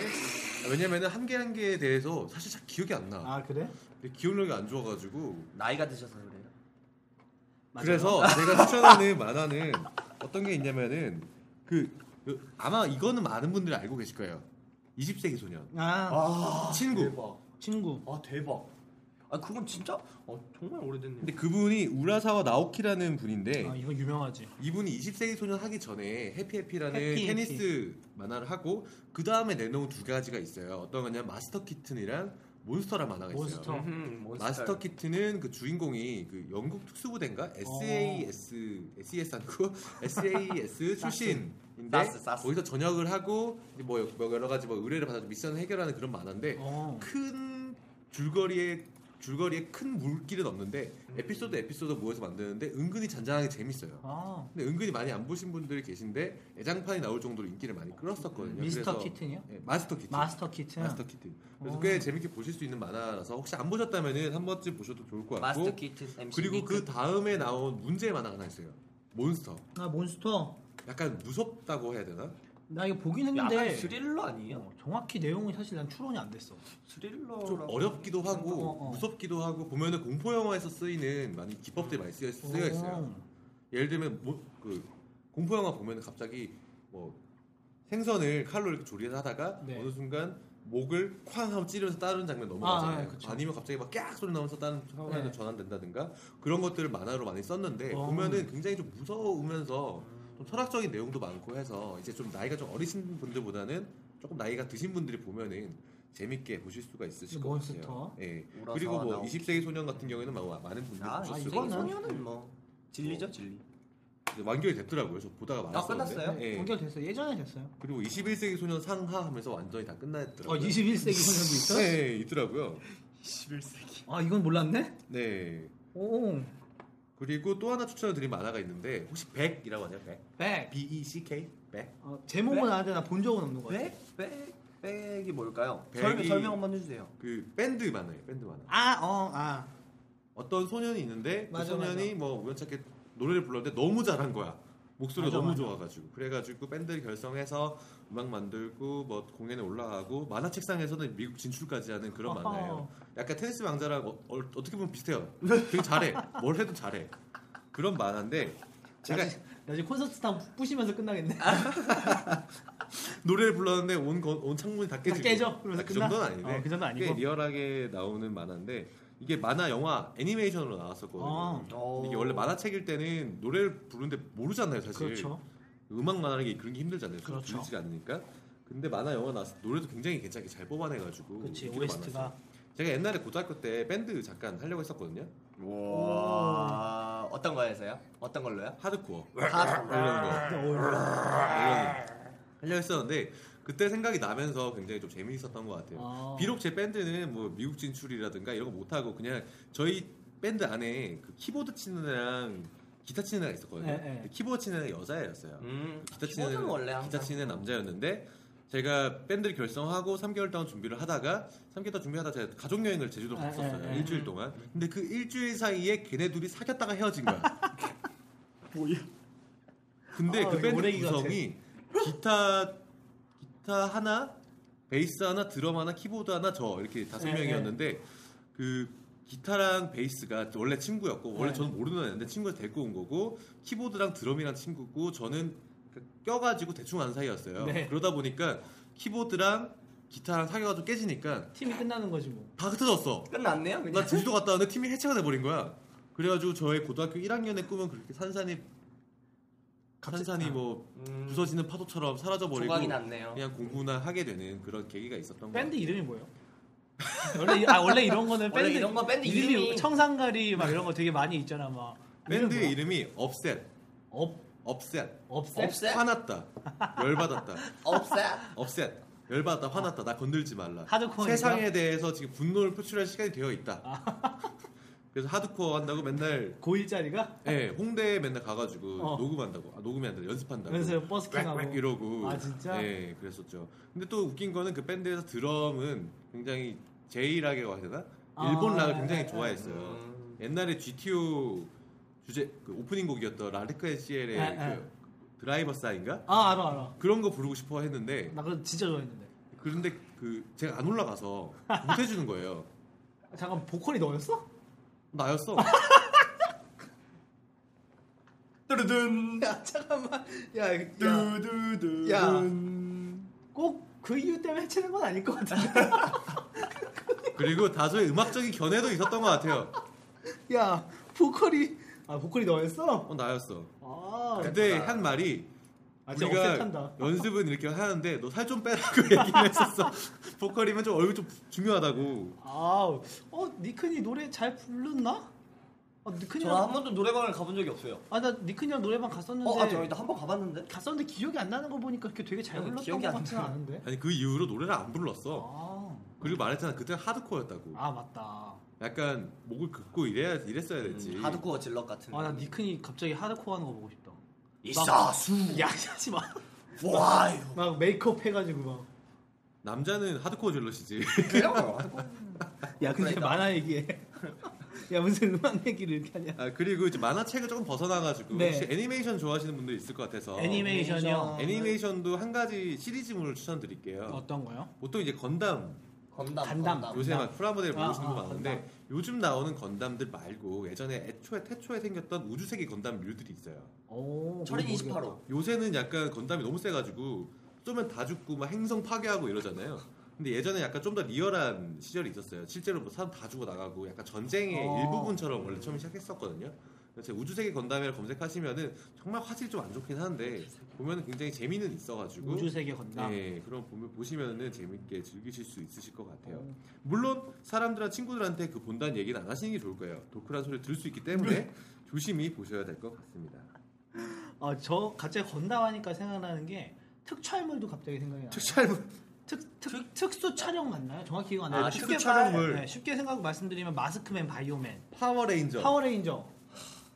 왜냐면은 한 개 한 개에 대해서 사실 잘 기억이 안 나. 아 그래? 근데 기억력이 안 좋아가지고 나이가 드셔서 그래요. 맞아요. 그래서 제가 추천하는 만화는 어떤 게 있냐면은 그 요- 아마 이거는 많은 분들이 알고 계실 거예요. 20세기 소년 아 아 친구. 대박. 친구. 아 대박. 아 그건 진짜 어, 정말 오래됐네. 근데 그분이 우라사와 나오키라는 분인데 아 이거 유명하지. 이분이 20세기 소년 하기 전에 해피해피라는 해피, 테니스 만화를 하고 그 다음에 내놓은 두 가지가 있어요. 어떤 거냐면 마스터 키튼이랑 몬스터란 만화가 있어요. 몬스터. 음, 몬스터. 마스터 키튼은 그 주인공이 그 영국 특수부대인가 SAS SAS E 아니고 SAS 출신인데 사스, 사스. 거기서 전역을 하고 이제 뭐 여- 뭐 여러 가지 뭐 의뢰를 받아서 미션을 해결하는 그런 만화인데 어. 큰 줄거리에 줄거리에 큰 물길은 없는데 에피소드 에피소드 모여서 만드는데 은근히 잔잔하게 재밌어요. 아 근데 은근히 많이 안 보신 분들이 계신데 애장판이 나올 정도로 인기를 많이 끌었었거든요. 미스터 그래서- 키튼이요? 예, 마스터 키튼. 마스터 키튼. 마스터 키튼. 그래서 어. 꽤 재밌게 보실 수 있는 만화라서 혹시 안 보셨다면은 한 번쯤 보셔도 좋을 것 같고. 마스터 키튼 MC 그리고 그 니크. 다음에 나온 문제 만화가 하나 있어요. 몬스터. 아 몬스터. 약간 무섭다고 해야 되나? 나 이거 보긴 약간 했는데 스릴러 아니에요? 뭐 어, 정확히 내용이 사실 난 추론이 안 됐어. 스릴러. 좀 어렵기도 하고 어, 어. 무섭기도 하고 보면은 공포 영화에서 쓰이는 많이 기법들이 많이 쓰여, 쓰여 있어요. 어. 예를 들면 뭐, 그 공포 영화 보면 갑자기 뭐 생선을 칼로 이렇게 조리를 하다가 네. 어느 순간 목을 쾅 하고 찌르면서 다른 장면 아, 아, 넘어가잖아요. 그쵸. 아, 니면 갑자기 막깍 소리 나면서 다른 상황으로 네. 전환된다든가 그런 것들을 만화로 많이 썼는데 어. 보면은 굉장히 좀 무서우면서 좀 철학적인 내용도 많고 해서 이제 좀 나이가 좀 어리신 분들보다는 조금 나이가 드신 분들이 보면은 재밌게 보실 수가 있으실 것그 몬스터. 같아요. 예. 우라사와 그리고 뭐 나오키. 20세기 소년 같은 경우에는 막 많은 분들이 아, 보셨을 이거는 거고. 소녀는 뭐 진리죠, 진리. 이제 완결이 됐더라고요. 저 보다가 아, 많았었는데. 끝났어요? 예. 연결됐어. 예전에 됐어요. 그리고 21세기 소년 상하하면서 완전히 다 어 끝났더라고요. 21세기 소년도 있어? 네, 있더라고요. 21세기. 아 이건 몰랐네. 네. 오. 그리고 또 하나 추천을 드린 만화가 있는데 혹시 백이라고 하냐? 백. 백. B E C K. 백? 어, 제목은 백? 아는데 나 본 적은 없는 것 같아. 백? 백? 백이 뭘까요? 백이- 설명, 설명 한번 해주세요. 그 밴드 만화예요. 밴드 만화. 아, 어, 아. 어떤 소년이 있는데 그 맞아, 소년이 뭐 우연찮게 노래를 불렀는데 너무 잘한 거야. 목소리 가 맞아, 너무 맞아. 좋아가지고 그래가지고 밴드를 결성해서 음악 만들고 뭐 공연에 올라가고 만화 책상에서는 미국 진출까지 하는 그런 어허. 만화예요. 약간 테니스 왕자랑 어, 떻게 보면 비슷해요. 되게 잘해. 뭘 해도 잘해. 그런 만화인데 제가 나 지금 콘서트 다 부시면서 끝나겠네. 노래를 불렀는데 온, 거- 온 창문이 다 깨지고 다 깨져? 그러면서 아, 그 끝나? 정도는 아닌데 어, 그 정도는 아니고? 꽤 리얼하게 나오는 만화인데 이게 만화 영화 애니메이션으로 나왔었거든요. 아. 어. 근데 이게 원래 만화책일 때는 노래를 부르는데 모르잖아요 사실 그렇죠. 음악 만화라는 게 그런 게 힘들잖아요 그렇 그렇죠. 들리지가 않으니까 근데 만화 영화 나왔을 때 노래도 굉장히 괜찮게 잘 뽑아내가지고 그렇지. 인기도 OST가 뭐 많았어요. 제가 옛날에 고등학교 때 밴드 잠깐 하려고 했었거든요 와, 어떤 거에서요? 어떤 걸로요? 하드코어 아. 다 이런 거 이런 거 하려고 했었는데 그때 생각이 나면서 굉장히 좀 재미있었던 것 같아요 아. 비록 제 밴드는 뭐 미국 진출이라든가 이런 거 못하고 그냥 저희 밴드 안에 그 키보드 치는 애랑 기타 치는 애가 있었거든요 네, 네. 근데 키보드 치는 애가 여자애였어요 음, 기타 키보드는 치는 원래 기타 항상 치는 남자였는데 제가 밴드를 결성하고 3개월 동안 준비를 하다가 3개월 동안 준비하다 제가 가족 여행을 제주도로 아, 갔었어요 아, 아. 일주일 동안 근데 그 일주일 사이에 걔네 둘이 사귀었다가 헤어진 거야 뭐야? 근데 아, 그 이거 밴드 오래기 같아. 구성이 기타 기타 하나 베이스 하나 드럼 하나 키보드 하나 저 이렇게 다섯 아, 아. 명이었는데 그 기타랑 베이스가 원래 친구였고 원래 아, 저는 모르는 애인데 친구를 데리고 온 거고 키보드랑 드럼이랑 친구고 저는 그 껴가지고 대충 한 사이였어요. 네. 그러다 보니까 키보드랑 기타랑 사귀어가지고 깨지니까 팀이 끝나는 거지 뭐. 다 흩어졌어. 끝났네요. 나 그냥 제주도 갔다 왔는데 팀이 해체가 돼버린 거야. 그래가지고 저의 고등학교 1학년의 꿈은 그렇게 산산이 산산이 뭐 음, 부서지는 파도처럼 사라져버리고 조각이 났네요. 그냥 공부나 하게 되는 그런 계기가 있었던 거 밴드 이름이 뭐예요? 원래 이- 아 원래 이런 거는 원래 밴드 이런 거 밴드 이름이- 청산가리 막 이런 거 되게 많이 있잖아 막. 밴드의 이름 이름이 어? 업셋 업 업셋 업셋 업셋? 화났다 열받았다 업셋? 업셋 열받았다 화났다 나 건들지 말라 아. 하드코어인가? 세상에 대해서 지금 분노를 표출할 시간이 되어 있다 아. 그래서 하드코어 한다고 맨날 고일자리가 예, 홍대에 맨날 가가지고 어. 녹음한다고 아, 녹음이 아니라 연습한다고 연습, 버스킹하고. 꽥꽥 이러고 아, 진짜? 예, 그랬었죠 근데 또 웃긴 거는 그 밴드에서 드럼은 굉장히 제이락이라고 해야 되나? 아, 일본 락을 예, 굉장히 예. 좋아했어요 음. 옛날에 GTO 주제 그 오프닝 곡이었던 라르크의 CL의 예, 그 예. 드라이버 사인가? 아 알아 알아. 그런 거 부르고 싶어 했는데 나 그거 진짜 좋아했는데. 그런데 그 제가 안 올라가서 못 해주는 거예요 아, 잠깐 보컬이 너였어? 나였어 뚜르둔 야 잠깐만 야, 야. 뚜두둔 야. 꼭 그 이유 때문에 해치는 건 아닐 것 같은데. 그리고 다소의 음악적인 견해도 있었던 것 같아요 야 보컬이 아 보컬이 너였어? 어, 나였어 아 그때 그랬구나. 한 말이 아, 진짜 우리가 어색한다. 연습은 이렇게 하는데 너 살 좀 빼라고 얘기를 했었어. 보컬이면 좀 얼굴 좀 중요하다고. 아우 어 니큰이 노래 잘 불렀나? 아 저한 니큰이랑 번도 노래방을 가본 적이 없어요. 아나 니큰이랑 노래방 갔었는데 어, 아, 저희도 한 번 가봤는데. 갔었는데 기억이 안 나는 거 보니까 이렇게 되게 잘 응, 불렀던 기억이 것 안 같지는 나요. 않은데. 아니 그 이후로 노래를 안 불렀어. 아, 그리고 말했잖아 그때 하드코어였다고. 아 맞다. 약간 목을 긋고 이래야 이랬어야 됐지. 음, 하드코어 질럿 같은. 아나 거. 니큰이 갑자기 하드코어 하는 거 보고 싶다. 음. 이사수 야 하지 마. 와요. 막 메이크업 해가지고 막. 남자는 하드코어 질럿이지. 그래요? 야 근데 그러니까. 만화 얘기해. 야 무슨 음악 얘기를 이렇게 하냐. 아 그리고 이제 만화책을 조금 벗어나가지고 네. 혹시 애니메이션 좋아하시는 분들 있을 것 같아서 애니메이션이요. 애니메이션도 한 가지 시리즈물을 추천드릴게요. 네. 어떤 거요? 보통 이제 건담 건담. 간담. 건담. 요새 막 프라모델 아, 보시는 거 아, 많은데 요즘 나오는 건담들 말고 예전에 애초에 태초에 생겼던 우주세계 건담류들이 있어요. 오. 철인 모르겠다. 28호. 요새는 약간 건담이 너무 세가지고 쏘면 다 죽고 막 행성 파괴하고 이러잖아요. 근데 예전에 약간 좀 더 리얼한 시절이 있었어요. 실제로 뭐 사람 다 죽어 나가고 약간 전쟁의 어. 일부분처럼 원래 처음 시작했었거든요. 그래서 우주세계 건담이라 검색하시면은 정말 화질이 좀 안 좋긴 한데 보면은 굉장히 재미는 있어가지고 우주 세계 건담. 네, 그럼 보면 보시면은 재밌게 즐기실 수 있으실 것 같아요. 물론 사람들한 친구들한테 그 본다는 얘기는 안 하시는 게 좋을 거예요. 도크란 소리 를 들을 수 있기 때문에 네. 조심히 보셔야 될 것 같습니다. 어, 아저 갑자기 건담 하니까 생각나는 게 특촬물도 갑자기 생각이 나. 특촬물 특, 특, 특수 촬영 맞나요? 정확히 기억 안 아, 나요. 특수 쉽게 촬영물. 말- 네, 쉽게 생각 말씀드리면 마스크맨, 바이오맨, 파워레인저 파워레인저.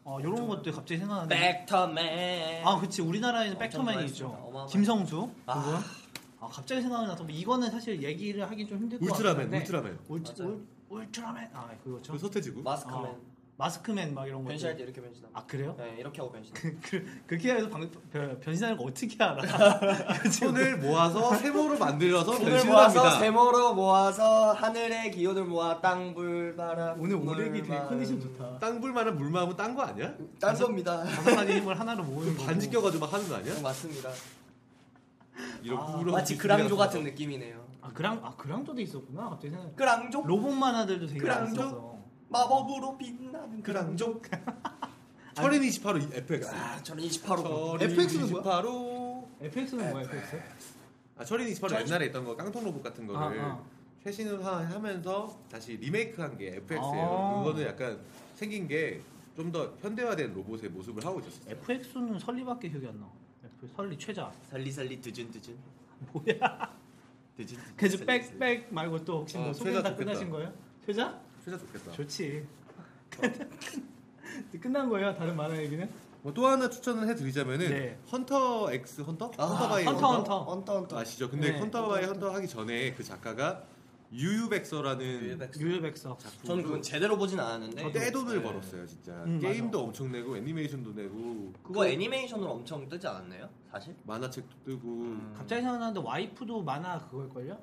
어, 이런 것도 갑자기 생각나는데. 백터맨. 아, 그치. 우리나라에는 엄청 백터맨이 좋아했습니다. 있죠. 어마어마한. 김성수 아. 그분. 아, 갑자기 생각이 나서 뭐 이거는 사실 얘기를 하긴 좀 힘들 것 울트라맨, 같은데. 네. 울트라맨. 울트, 맞아요. 울, 울트라맨. 아, 그거죠. 그 서태지구. 마스크맨. 마스크맨 막 이런 거. 변신할 때 이렇게 변신합니다. 아, 그래요? 네, 이렇게 하고 변신. 그, 그렇게 해서 방, 변- 변신하는 거 어떻게 알아? 그 친구. 손을 모아서 세모로 만들어서 돈을 변신을 모아서 합니다. 세모로 모아서 하늘의 기운을 모아 땅불 바람. 오늘 오르기 되게 물만. 컨디션 좋다. 땅불만한 물마하면 딴 거 아니야? 딴 겁니다. 네, 다섯 가지 힘을 하나로 모으는 거. 그 반지 껴가지고 막 하는 거 아니야? 맞습니다. 이런 아, 구부러기 마치 그랑조 같은 느낌이네요. 아, 그랑 아, 그랑조도 있었구나. 갑자기 생각. 그랑조? 로봇 만화들도 되게 많이 그랑조? 있었어. 마법으로 빛나는 그랑조. 철인 28호 이 FX. 아, 저는 28호. 철인 FX 는 28호. FX는 뭐야, FX? 아, 철인 28호 철인- 옛날에 있던 거 깡통 로봇 같은 거를 아, 최신화하면서 다시 리메이크한 게 FX예요. 아. 그거는 약간 생긴 게 좀 더 현대화된 로봇의 모습을 하고 있었어요. FX는 설리밖에 기억이 안 나. F- 설리 최자. 살리살리 드준드준. 뭐야? 드준. 드준, 그래서 살리, 살리. 백백 말고 또 혹시 아, 뭐 소개 최자 어. 다 좋겠다. 끝나신 거예요? 최자? 진짜 좋겠다. 좋지. 끝난 거예요? 다른 만화 얘기는? 뭐또 하나 추천을 해드리자면은 네. 헌터 X 헌터? 아, 헌터 바이 헌터, 헌터? 헌터. 헌터 헌터. 아시죠? 근데 네. 헌터 바이 헌터 하기 전에 그 작가가 유유백서라는 유유백서. 유유백서. 저는 그건 제대로 보진 않았는데. 떼돈을 네. 벌었어요 진짜 음, 게임도 엄청 내고 애니메이션도 내고 그거 애니메이션으로 엄청 뜨지 않았나요? 사실? 만화책도 뜨고 갑자기 생각나는데 와이프도 만화 그걸걸요?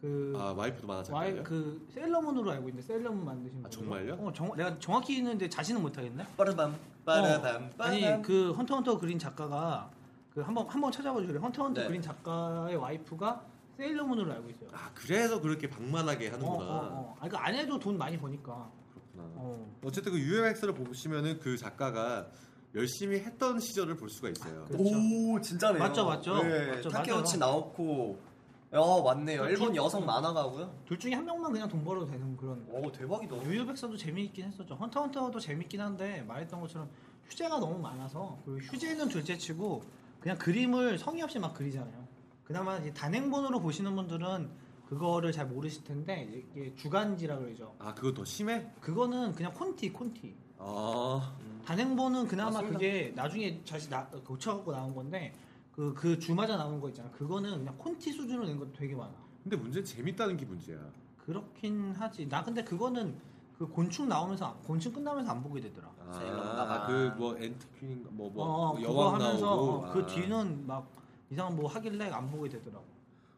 그 아 와이프도 만화책이에요? 와이 그 셀러문으로 알고 있는데 셀러문 만드신 분. 아, 정말요? 어, 정, 내가 정확히 있는데 자신은 못하겠네. 빠르밤 빠라밤 빠라밤. 아니 그 헌터 헌터 그린 작가가 그 한번 한번 찾아봐 주래. 헌터 헌터 네. 그린 작가의 와이프가 셀러문으로 알고 있어요. 아 그래서 그렇게 방만하게 하는구나 어, 어, 어. 아, 그러니까 안 해도 돈 많이 버니까. 그렇구나 어. 어쨌든 그 UMX를 보시면은 그 작가가 열심히 했던 시절을 볼 수가 있어요. 그- 오 진짜네요. 맞죠, 맞죠. 네, 맞죠, 타케오치 맞아요. 나오코. 어 맞네요. 그 일본 기- 여성 만화가고요. 둘 중에 한 명만 그냥 돈 벌어도 되는 그런. 오 대박이다. 유유백서도 재미있긴 했었죠. 헌터 헌터도 재밌긴 한데 말했던 것처럼 휴재가 너무 많아서 그리고 휴재는 둘째치고 그냥 그림을 성의 없이 막 그리잖아요. 그나마 이제 단행본으로 보시는 분들은 그거를 잘 모르실 텐데 이게 주간지라 그러죠. 아 그거 더 심해? 그거는 그냥 콘티 콘티. 아 단행본은 그나마 맞습니다. 그게 나중에 다시 나, 고쳐갖고 나온 건데 그, 그 주마다 나온 거 있잖아. 그거는 그냥 콘티 수준으로 낸 것도 되게 많아. 근데 문제는 재밌다는 게 문제야. 그렇긴 하지. 나 근데 그거는 그 곤충 나오면서 안- 곤충 끝나면서 안 보게 되더라. 셀럽가. 아, 아그뭐 엔트퀸인가 어, 뭐뭐 어, 그거 여왕 하면서 나오고 어, 그 아. 뒤는 막 이상한 뭐 하길래 안 보게 되더라고.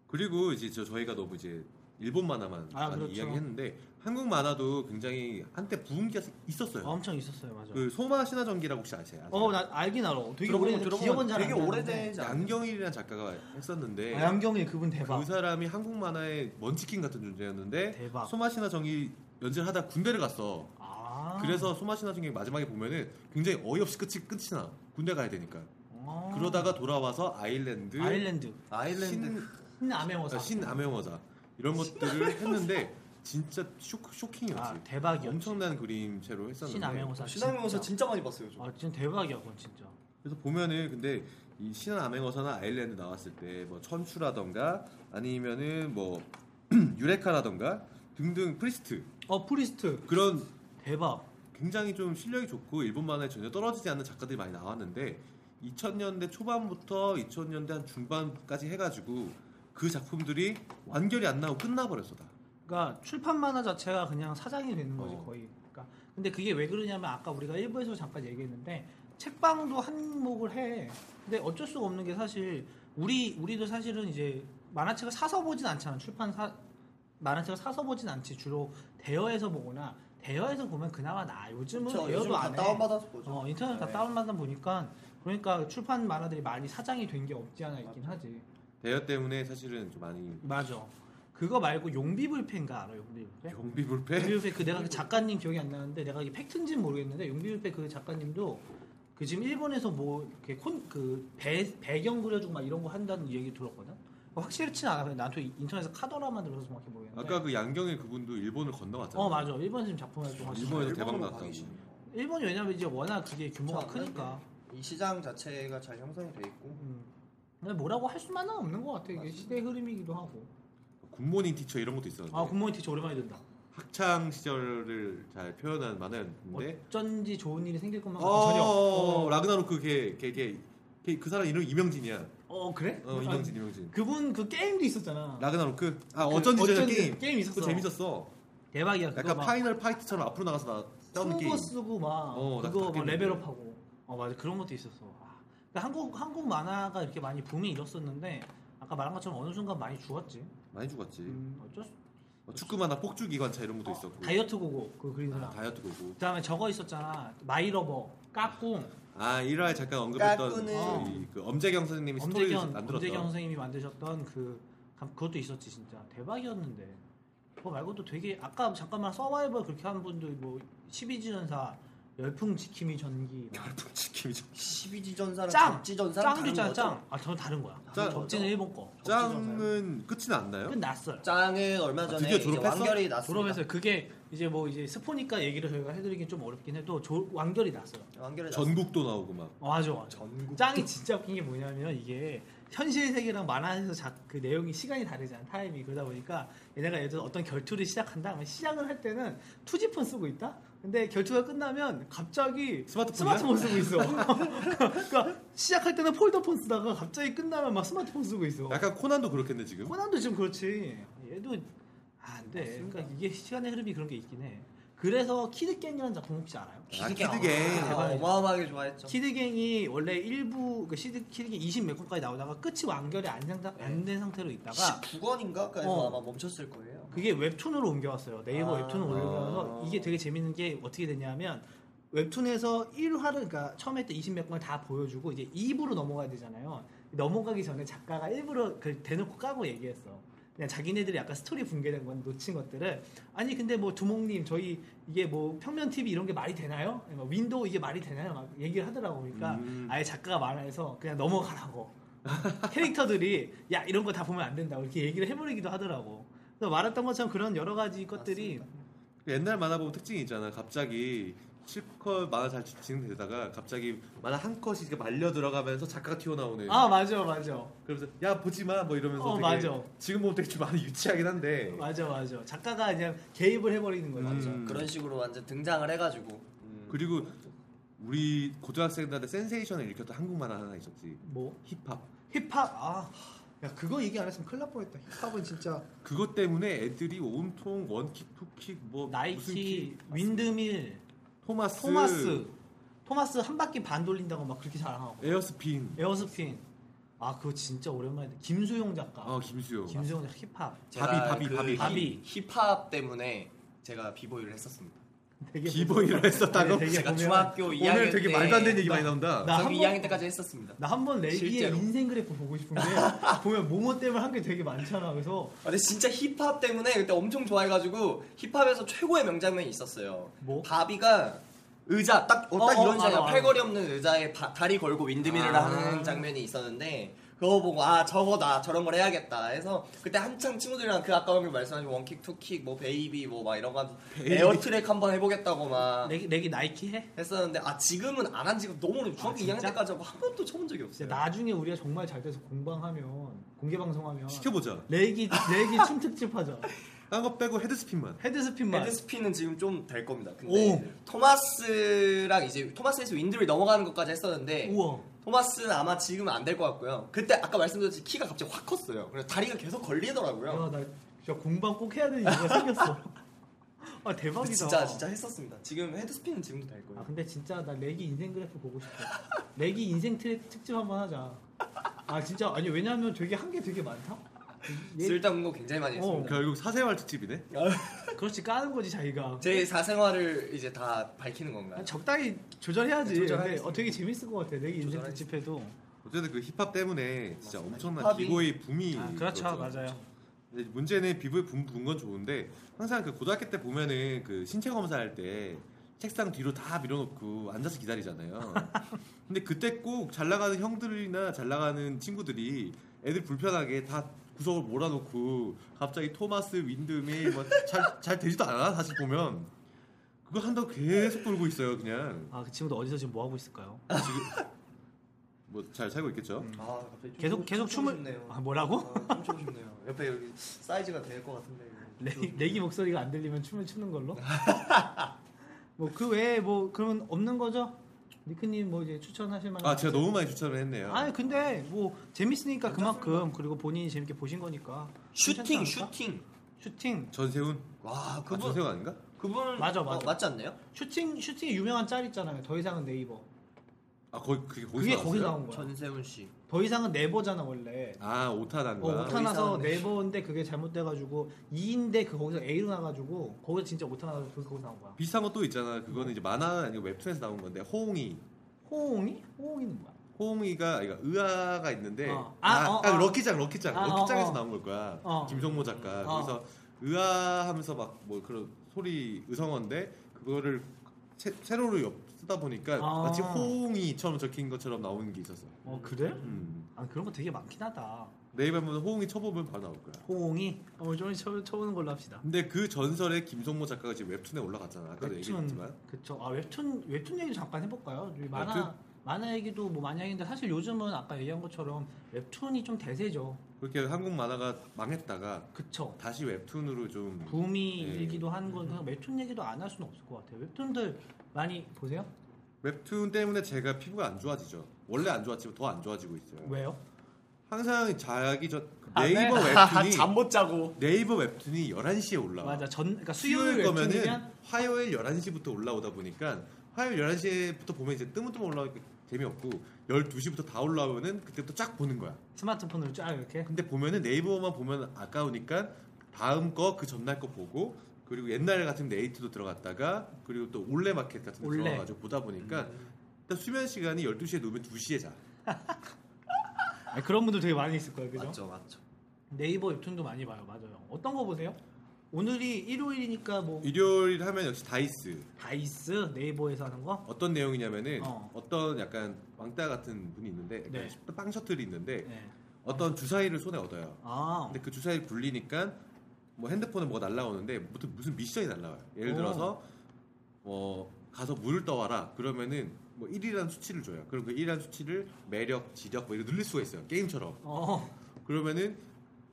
그리고 이제 저 저희가 너무 이제 일본 만화만 아, 많이 그렇죠. 이야기했는데 한국 만화도 굉장히 한때 부흥기가 있었어요. 엄청 있었어요, 맞아. 네. 그 소마 신화전기라고 혹시 아세요? 아세요? 어, 나 알긴 알아. 되게 오래 기억은 잘안 되게 오래되지 않아요? 양경일이라는 작가가 했었는데 아, 양경이 그분 대박. 그 사람이 한국 만화의 먼치킨 같은 존재였는데 대박. 소마시나 정이 연재를 하다 군대를 갔어. 아. 그래서 소마시나 정이 마지막에 보면은 굉장히 어이없이 끝이 끝이 나. 군대 가야 되니까. 아. 그러다가 돌아와서 아일랜드, 아일랜드 아일랜드. 신, 신남의 아, 호사. 신암행어사 이런 것들을 했는데 진짜 쇼, 쇼킹이었지. 아, 대박이었지. 엄청난 그림체로 했었는데. 신남의 호사. 신앙용서 진짜 많이 봤어요. 저. 아, 진짜 대박이야, 그건 진짜. 그래서 보면은 근데 이 신한 암행어사나 아일랜드 나왔을 때 뭐 천추라던가 아니면은 뭐 유레카라던가 등등 프리스트 어, 프리스트 그런 대박. 굉장히 좀 실력이 좋고 일본 만화에 전혀 떨어지지 않는 작가들이 많이 나왔는데 2000년대 초반부터 2000년대 한 중반까지 해가지고 그 작품들이 완결이 안 나고 끝나버렸어 다. 그러니까 출판 만화 자체가 그냥 사장이 되는 거지 어. 거의. 그러니까 근데 그게 왜 그러냐면 아까 우리가 일부에서 잠깐 얘기했는데 책방도 한몫을 해. 근데 어쩔 수가 없는 게 사실 우리 우리도 사실은 이제 만화책을 사서 보진 않잖아. 출판 사 만화책을 사서 보진 않지. 주로 대여해서 보거나 대여해서 보면 그나마 나. 요즘은 저 요즘 대여도 다 안 해. 다운받아서 보죠. 어, 인터넷 다 네. 다운받다 보니까 그러니까 출판 만화들이 많이 사장이 된 게 없지 않아 있긴 하지. 대여 때문에 사실은 좀 많이 맞아. 그거 말고 용비불패인가 알아? 용비불패? 용비불패. 용비불패 그 내가 그 작가님 기억이 안 나는데 내가 이게 팩트인지는 모르겠는데 용비불패 그 작가님도 그 지금 일본에서 뭐 이렇게 콘그 배경 그려주고 막 이런 거 한다는 얘기 들었거든. 확실치는 않아. 근데 나한테 인터넷에서 카더라만 들어서 정확히 모르겠는데. 아까 그 양경일 그분도 일본을 건너갔잖아. 어 맞아. 일본에서 지금 작품 활동 하시고. 일본에서 대박 일본으로 났다고. 가기시네요. 일본이 왜냐면 이제 워낙 그게 네. 규모가 그렇죠. 크니까. 이 시장 자체가 잘 형성이 돼 있고 음. 근데 뭐라고 할 수만은 없는 것 같아. 이게 맞습니다. 시대 의 흐름이기도 하고. 굿모닝 티처 이런 것도 있었는데 아 굿모닝 티처 오랜만에 된다. 학창 시절을 잘 표현한 만화였는데 어쩐지 좋은 일이 생길 것만 같아. 전혀. 네. 어, 어, 라그나로크 걔걔걔그 사람 이름 이명진이야. 어 그래? 어 아, 이명진 이명진. 그분 그 게임도 있었잖아. 라그나로크 아 그 어쩐지 저런 게임 게임 있었어. 그거 재밌었어. 대박이야. 그거 약간 막 파이널 파이트처럼 앞으로 나가서 나 싸우는 후보 게임. 쓰고 막 어, 나 그거 그렇게 막 했는데. 레벨업하고 어 맞아 그런 것도 있었어 아, 그러니까 한국 한국 만화가 이렇게 많이 붐이 일었었는데 아까 말한 것처럼 어느 순간 많이 죽었지 많이 죽었지. 어쩔 수 어, 축구마다 폭주 기관차 이런 것도 어, 있었고. 아, 다이어트 고고 그 그린 사람 다이어트 거고. 그다음에 저거 있었잖아 마이러버 까꿍 아 1화에 잠깐 언급했던 까꾸는. 저희 그 엄재경 선생님이 스토리를 엄재경 엄재경 만들었던. 선생님이 만드셨던 그 감- 그것도 있었지 진짜 대박이었는데 그거 말고도 되게 아까 잠깐만 서바이벌 그렇게 한 분도 뭐 12지전사 열풍 지킴이 전기 막 치킨이 좀- 짱! 12지전사랑 잡지전사랑 짱도 있잖아 짱. 아 저는 다른 거야. 짱. 접지는 일본 거. 짱은 끝이 났나요? 끝났어요. 짱은 얼마 아, 전에 드디어 이제 졸업했어? 완결이 났습니다. 졸업해서 그게 이제 뭐 이제 스포니까 얘기를 저희가 해드리긴 좀 어렵긴 해도 조, 완결이 났어요. 완결이 났습니다. 전국도 나오고 막. 어, 맞아 맞아. 전국 짱이 진짜 웃긴 게 뭐냐면 이게 현실 세계랑 만화에서 자, 그 내용이 시간이 다르잖아 타임이 그러다 보니까 얘네가 예를 들어 어떤 결투를 시작한다 그러면 시작을 할 때는 투지폰 쓰고 있다 근데 결투가 끝나면 갑자기 스마트폰이야? 스마트폰 쓰고 있어 그러니까 시작할 때는 폴더폰 쓰다가 갑자기 끝나면 막 스마트폰 쓰고 있어 약간 코난도 아, 그렇겠네 지금. 코난도 지금 그렇지. 얘도 아, 안 돼. 그러니까 이게 시간의 흐름이 그런 게 있긴 해. 그래서 키드갱이라는 작품 혹시 알아요? 아, 키드갱. 아, 어마어마하게 좋아했죠. 키드갱이 원래 1부 그 시드, 키드갱 20몇 권까지 나오다가 끝이 완결이 안된 상태로 있다가 19권인가? 그래서 어. 아마 멈췄을 거예요. 그게 웹툰으로 옮겨왔어요. 네이버 아. 웹툰으로 올려서 아. 이게 되게 재밌는 게 어떻게 되냐면 웹툰에서 1화를 그러니까 처음에 때 20몇 권을 다 보여주고 이제 2부로 넘어가야 되잖아요. 넘어가기 전에 작가가 일부러 그 대놓고 까고 얘기했어. 그냥 자기네들이 약간 스토리 붕괴된 건 놓친 것들을 아니 근데 뭐 두목님 저희 이게 뭐 평면 TV 이런 게 말이 되나요? 막 윈도우 이게 말이 되나요? 막 얘기를 하더라고 그러니까 음. 아예 작가가 말해서 그냥 넘어가라고 캐릭터들이 야 이런 거 다 보면 안 된다고 이렇게 얘기를 해버리기도 하더라고. 그래서 말했던 것처럼 그런 여러 가지 것들이 그 옛날 만화 보면 특징이 있잖아. 갑자기 실컷 만화 잘 진행되다가 갑자기 만화 한 컷이 이렇게 말려 들어가면서 작가가 튀어나오는. 아 맞아 맞아 그러면서 야 보지 마뭐 이러면서 어, 되게 맞아. 지금 보면 되게 좀 많이 유치하긴 한데. 맞아 맞아 작가가 그냥 개입을 해버리는 거야. 음. 맞아. 그런 식으로 완전 등장을 해가지고 그리고 우리 고등학생들한테 센세이션을 일으켰던 한국 만화 하나 있었지. 뭐 힙합. 힙합 아. 야 그거 얘기 안 했으면 큰일 날 뻔했다. 힙합은 진짜 그것 때문에 애들이 온통 원킥, 투킥, 뭐 무슨 나이키, 킥, 윈드밀, 토마스, 토마스, 토마스 한 바퀴 반 돌린다고 막 그렇게 자랑하고 에어스핀, 에어스핀. 아 그거 진짜 오랜만에 듣- 김수용 작가. 아 김수영, 김수용 작가 힙합. 제가 바비, 그 바비, 바비. 힙- 힙합 때문에 제가 비보이를 했었습니다. 되게 기보이를 아니, 했었다고. 되게 제가 보면- 중학교 2학년 오늘 되게 때 말도 안 되는 얘기 많이 나온다. 나- 중학교 한 2학년 번- 때까지 했었습니다. 나 한 번 레이기의 실제로. 인생 그래프 보고 싶은데 보면 모모 때문에 한 게 되게 많잖아. 그래서 아, 근데 진짜 힙합 때문에 그때 엄청 좋아해가지고 힙합에서 최고의 명장면이 있었어요. 뭐? 바비가 의자 딱, 어, 딱 어, 어, 이런 알아, 장면 알아. 팔걸이 없는 의자에 바- 다리 걸고 윈드밀을 아. 하는 장면이 있었는데 그거 보고 아 저거 나 저런 걸 해야겠다 해서 그때 한창 친구들이랑 그 아까 방금 말씀하신 원킥 투킥 뭐 베이비 뭐 막 이런 거 하면서 에어트랙 한번 해보겠다고 막 레기, 레기 나이키 해? 했었는데 아 지금은 안 한 지가 너무 오래 중학교 진짜? 2학년 때까지 하고 한 번도 쳐본 적이 진짜 없어요. 나중에 우리가 정말 잘 돼서 공방하면 공개 방송하면 시켜보자. 레기 레기 춤 특집 하자. 딴 거 빼고 헤드스핀만. 헤드스핀만. 헤드스피는 지금 좀 될 겁니다. 근데 네. 오. 토마스랑 이제 토마스에서 윈드를 넘어가는 것까지 했었는데 우와. 토마스는 아마 지금은 안 될 것 같고요. 그때 아까 말씀드렸듯이 키가 갑자기 확 컸어요. 그래서 다리가 계속 걸리더라고요. 야, 나 진짜 공방 꼭 해야 되는 이유가 생겼어. 아 근데 대박이다. 진짜 진짜 했었습니다. 지금 헤드스피는 지금도 될 아 거예요. 근데 진짜 나 레기 인생 그래프 보고 싶어. 레기 인생 트랙 특집 한번 하자. 아 진짜 아니 왜냐면 되게 한 게 되게 많다. 얘- 어, 쓸데없는 거 굉장히 많이 했습니다. 결국 사생활 특집이네. 그렇지 까는 거지 자기가. 제 사생활을 이제 다 밝히는 아, 건가요? 적당히 조절해야지. 네, 근데 조절하겠습니다. 어, 되게 재밌을 것 같아. 내기 인생 조절하겠습니다. 특집해도. 어쨌든 그 힙합 때문에 진짜 엄청난 힙합이- 비보이 아, 붐이. 그렇죠. 있었죠. 근데 문제는 비보이 붐분건 좋은데 항상 그 고등학교 때 보면은 그 신체 검사할 때 책상 뒤로 다 밀어놓고 앉아서 기다리잖아요. 근데 그때 꼭 잘 나가는 형들이나 잘 나가는 친구들이 애들 불편하게 다 구석을 몰아놓고 갑자기 토마스 윈드밀 뭐잘잘 되지도 않아 사실 보면 그거 한다고 계속 돌고 있어요 그냥 아 그 친구도 어디서 지금 뭐 하고 있을까요? 뭐 잘 살고 있겠죠. 음. 아 갑자기 좀 계속 추- 계속 춤추고 춤을 싶네요. 아, 뭐라고? 아, 춤추고 싶네요. 옆에 여기 사이즈가 될 것 같은데. 레- 레기 목소리가 안 들리면 춤을 추는 걸로. 뭐 그 외에 뭐 그러면 없는 거죠? 니크님 뭐 이제 추천하실 만한. 아 제가 너무 많이 추천을 했네요. 아니 근데 뭐 재밌으니까 그만큼 그리고 본인이 재밌게 보신 거니까. 슈팅 괜찮지 않을까? 슈팅 슈팅 전세훈? 와 아, 그분 전세훈 아닌가? 그분 맞아, 어, 맞아. 맞지 않나요? 슈팅 슈팅이 유명한 짤 있잖아요. 더 이상은 네이버. 아 거기 그게 거기서 그게 나왔어요? 거기 나온 거야. 전세훈 씨 더 이상은 네버잖아 원래. 아 오타 난 어, 거야. 오타 나서 이상하네. 네버인데 그게 잘못돼가지고 2인데 그 거기서 A로 나가지고 거기서 진짜 오타 나서 그 거기서 나온 거야. 비슷한 것도 있잖아. 그거는 이제 만화 아니고 웹툰에서 나온 건데 호웅이 호응이? 호응이는 뭐야? 호웅이가 그러니까 의아가 있는데 어. 아, 아, 어, 딱 어. 럭키장 럭키장 아, 어, 럭키장에서 어. 나온 걸 거야. 어. 김성모 작가. 어. 그래서 의아하면서 막 뭐 그런 소리 의성어인데 그거를 세, 세로로 옆 쓰다 보니까 아. 마치 호웅이처럼 적힌 것처럼 나오는 게 있었어. 어 그래? 음. 아 그런 거 되게 많긴 하다. 네이버 한번 호웅이 쳐보면 바로 나올 거야. 호응이 오늘 어, 좀 쳐, 쳐보는 걸로 합시다. 근데 그 전설의 김성모 작가가 지금 웹툰에 올라갔잖아. 아까도 얘기했지만. 그쵸. 아 웹툰 웹툰 얘기 잠깐 해볼까요? 우리 아, 만화 만화 얘기도 뭐 많이 하는데 사실 요즘은 아까 얘기한 것처럼 웹툰이 좀 대세죠. 그렇게 한국 만화가 망했다가 그쵸. 다시 웹툰으로 좀 붐이 네. 일기도 한 건 그냥 웹툰 얘기도 안 할 수는 없을 것 같아요. 웹툰들 많이 보세요? 웹툰 때문에 제가 피부가 안 좋아지죠. 원래 안 좋았지만 더 안 좋아지고 있어요. 왜요? 항상 자기 전 아, 네. 네이버 잠 웹툰이 못 자고 네이버 웹툰이 11시에 올라와. 맞아. 전 그러니까 수요일 수요일 웹툰이면 거면은 화요일 11시부터 올라오다 보니까 화요일 11시부터 보면 이제 뜨문뜨문 올라오니까 재미없고 12시부터 다 올라오면은 그때부터 쫙 보는 거야. 스마트폰으로 쫙 이렇게 근데 보면은 네이버만 보면 아까우니까 다음 거 그 전날 거 보고 그리고 옛날 같은 네이트도 들어갔다가 그리고 또 올레 마켓 같은 데 올레. 음. 들어가가지고 보다 보니까 일단 수면 시간이 12시에 누우면 2시에 자. 아니, 그런 분들 되게 많이 있을 거예요. 그죠? 맞죠 맞죠 네이버 웹툰도 많이 봐요. 맞아요. 어떤 거 보세요? 오늘이 일요일이니까 뭐 일요일 하면 역시 다이스. 다이스 네이버에서 하는 거? 어떤 내용이냐면은 어. 어. 떤 약간 왕따 같은 분이 있는데 약간 네. 빵 셔틀이 있는데 네. 어떤 주사위를 손에 얻어요. 아. 근데 그 주사위를 굴리니까 뭐 핸드폰에 뭐가 날라오는데 무슨 무슨 미션이 날라와요. 예를 오. 들어서 뭐 가서 물을 떠와라. 그러면은 뭐 1이라는 수치를 줘요. 그럼 그 1이라는 수치를 매력, 지력 뭐 이렇게 늘릴 수가 있어요. 게임처럼. 어. 그러면은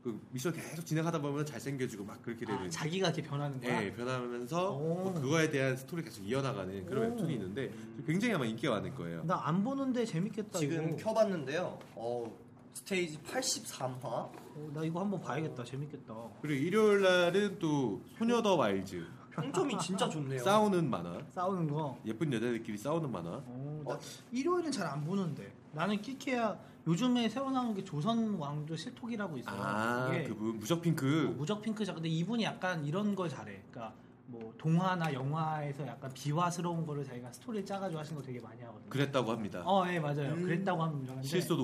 그 미션 계속 진행하다 보면 잘생겨지고 막 그렇게 되는 아, 자기가 이렇게 변하는 거야. 예, 변하면서 오. 뭐 그거에 대한 스토리 계속 이어나가는 그런 오. 웹툰이 있는데 굉장히 아마 인기가 많을 거예요. 나 안 보는데 재밌겠다 지금 이거. 켜봤는데요 어 스테이지 83화 어, 나 이거 한번 봐야겠다. 재밌겠다. 그리고 일요일 날은 또 소녀 더 와일즈 평점이 진짜 좋네요 싸우는 만화 싸우는 거. 예쁜 여자들끼리 싸우는 만화 어, 나 어. 일요일은 잘 안 보는데 나는 키키야 요즘에 새로 나온 게 조선 왕조 실톡이라고 있어요. 아 그게 그분 뭐 무적핑크 무적 핑크 작 근데 이분이 약간 이런 걸 잘해. 그러니까 뭐 동화나 영화에서 약간 비화스러운 거를 자기가 스토리를 짜가지고 하신 거 되게 많이 하거든요. 그랬다고 합니다 어, 네. 그 예 맞아요. 음. 그랬다고 합니다. 근데- 실소도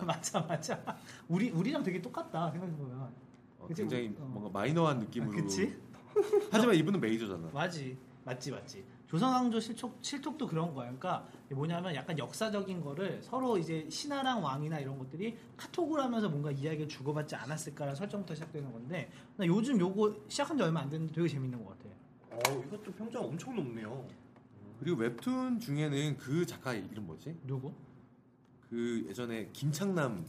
맞아 맞아. 우리 우리랑 되게 똑같다 생각해 보면. 어, 그치? 굉장히 어. 아, 뭔가 마이너한 느낌으로 그치? 하지만 이분은 메이저잖아 맞지 맞지 맞지 조선왕조 실촉 실톡도 그런 거야 그러니까 뭐냐면 약간 역사적인 거를 서로 이제 신하랑 왕이나 이런 것들이 카톡을 하면서 뭔가 이야기를 주고받지 않았을까라는 설정부터 시작되는 건데 나 요즘 요거 시작한 지 얼마 안 됐는데 되게 재밌는 것 같아 어 이것도 평점 엄청 높네요 그리고 웹툰 중에는 그 작가 이름 뭐지? 누구 그 예전에 김창남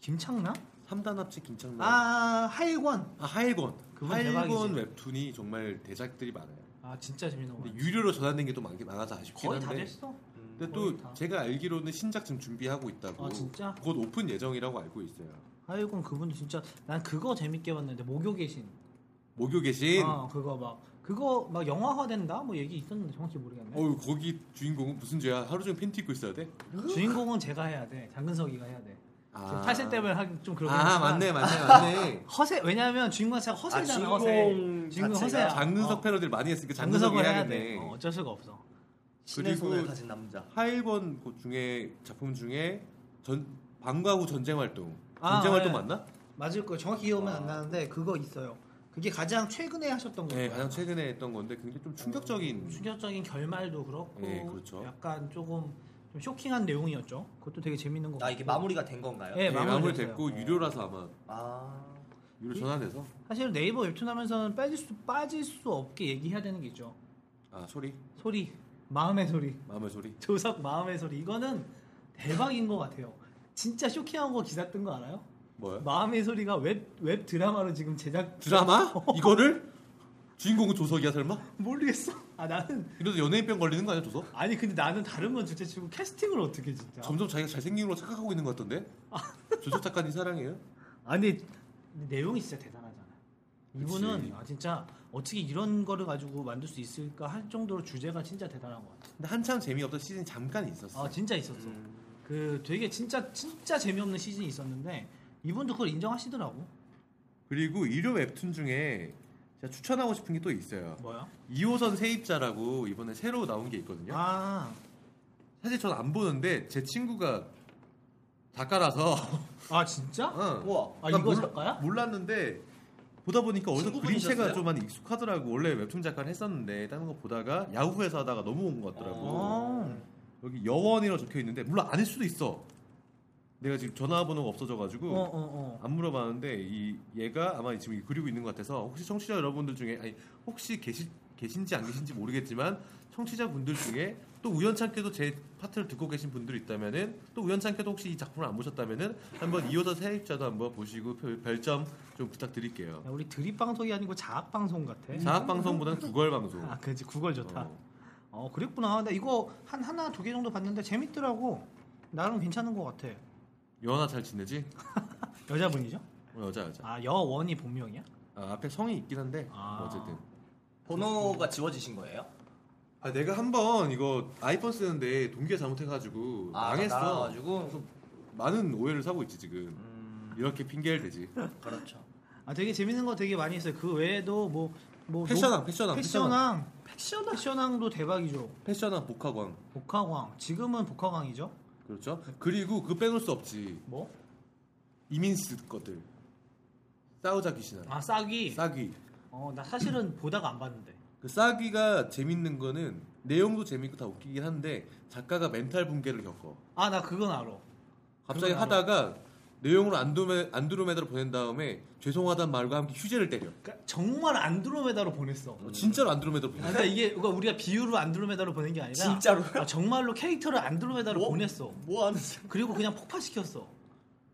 김창남 3단 합체 김창남 아 하일권 아, 하일권 그건 하일권 대박이지. 웹툰이 정말 대작들이 많아요 아 진짜 재밌는 것 근데 같아 유료로 전환된 게 또 많아서 아쉽긴 거의 한데 다 됐어 음. 근데 거의 또 다. 제가 알기로는 신작 지금 준비하고 있다고 아 진짜 곧 오픈 예정이라고 알고 있어요 하일권 그분 진짜 난 그거 재밌게 봤는데 목욕의 신 목요 계신 아 그거 막 그거 막 영화화 된다 뭐 얘기 있었는데 정확히 모르겠네 어우 거기 주인공은 무슨 죄야 하루 종일 팬티 입고 있어야 돼? 주인공은 제가 해야 돼. 장근석이가 해야 돼. 지금 탈세 때문에 하기 좀 그렇긴 아 하지만 맞네 맞네 맞네 허세 왜냐하면 주인공 자체가 허세잖아 아, 허세. 주인공 주인공 자체가 허세야. 그 장근석 어, 패러디를 많이 했으니까 장근석이 장근석을 해야 해야겠네 돼. 어, 어쩔 수가 없어. 신의 손을 그리고- 가진 남자 하일권 그 중에 작품 중에 전 방과 후 전쟁 활동 아, 전쟁 활동 네. 맞나? 맞을 거예요. 정확히 기억은 안 나는데 그거 있어요. 그게 가장 최근에 하셨던 거예요. 네 가장 최근에 했던 건데 굉장히 좀 충격적인 음, 충격적인 결말도 그렇고 네, 그렇죠. 약간 조금 좀 쇼킹한 내용이었죠. 그것도 되게 재밌는 거 같고. 아 이게 마무리가 된 건가요? 네, 네, 마무리 마무리됐어요. 음. 됐고 유료라서 아마 아 유료 전환돼서 사실 네이버 웹툰 하면서는 빠질 수 빠질 수 없게 얘기해야 되는 게 있죠. 아 소리 소리, 마음의 소리. 마음의 소리 조석 마음의 소리 이거는 대박인 것 같아요. 진짜 쇼킹한 거 기사 뜬 거 알아요? 뭐요? 마음의 소리가 웹, 웹 드라마로 지금 제작 드라마? 이거를? 주인공은 조석이야 설마? 모르겠어. 아 나는 이러다 연예인병 걸리는 거 아니야 조석? 아니 근데 나는 다른 건 둘째치고 캐스팅을 어떻게 진짜. 점점 자기가 잘생긴 걸로 착각하고 있는 것 같던데? 아. 조석 작가님 사랑해요? 아니 내용이 진짜 대단하잖아. 이분은 그치. 아, 진짜 어떻게 이런 거를 가지고 만들 수 있을까 할 정도로 주제가 진짜 대단한 것 같아. 근데 한참 재미없던 시즌 잠깐 있었어 아 진짜 있었어. 음. 그 되게 진짜 진짜 재미없는 시즌이 있었는데 이분도 그걸 인정하시더라고. 그리고 일요 웹툰 중에 제가 추천하고 싶은 게 또 있어요 뭐야? 2호선 세입자라고 이번에 새로 나온 게 있거든요 아, 사실 전 안 보는데 제 친구가 작가라서 아 진짜? 응. 우와. 아 난 이거 그러니까 몰라- 작가야? 몰랐는데 보다 보니까 어느 그림체가 친구분이셨어요? 좀 많이 익숙하더라고 원래 웹툰 작가를 했었는데 다른 거 보다가 야후에서 하다가 넘어온 것 같더라고 어. 어. 여기 여원이라고 적혀 있는데 물론 아닐 수도 있어 내가 지금 전화번호가 없어져가지고 어, 어, 어. 안 물어봤는데 이 얘가 아마 지금 그리고 있는 것 같아서 혹시 청취자 여러분들 중에 아니 혹시 계시, 계신지 안 계신지 모르겠지만 청취자분들 중에 또 우연찮게도 제 파트를 듣고 계신 분들 있다면은 또 우연찮게도 혹시 이 작품을 안 보셨다면은 한번 이호자 세입자도 한번 보시고 별- 별점 좀 부탁드릴게요. 야, 우리 드립 방송이 아니고 자학 방송 같아. 자학 방송보다는 구걸 방송. 네. 아, 그지 구걸 좋다. 어. 어, 그랬구나. 나 이거 한 하나 두 개 정도 봤는데 재밌더라고. 나름 괜찮은 것 같아. 여나 잘 지내지? 여자분이죠? 어, 여자 여자. 아 여원이 본명이야? 아, 앞에 성이 있긴 한데 아. 뭐 어쨌든. 번호가 지워지신 거예요? 아 내가 한번 이거 아이폰 쓰는데 동기가 잘못해가지고 아, 망했어. 가지고 많은 오해를 사고 있지 지금. 음. 이렇게 핑계를 대지. 어, 그렇죠. 아 되게 재밌는 거 되게 많이 있어요. 그 외에도 뭐뭐 패션왕, 패션왕, 패션왕, 패션왕, 패션왕도 대박이죠. 패션왕 복학왕 복화광, 지금은 복화광이죠. 그렇죠. 그리고 그 빼놓을 수 없지. 뭐? 이민스 것들 싸우자 귀신아. 아 싸기. 싸귀. 어 나 사실은 보다가 안 봤는데. 그 싸귀가 재밌는 거는 내용도 재밌고 다 웃기긴 한데 작가가 멘탈 붕괴를 겪어. 아 나 그건 알아. 갑자기 그건 하다가 내용을 안드로메, 안드로메다로 보낸 다음에 죄송하단 말과 함께 휴재를 때려. 그러니까 정말 안드로메다로 보냈어. 어, 진짜로 안드로메다로 아, 보내. 그러니까 이게 그러니까 우리가 비유로 안드로메다로 보낸 게 아니라 진짜로요? 아, 정말로 캐릭터를 안드로메다로 뭐? 보냈어. 뭐 하는 지 그리고 그냥 폭파시켰어.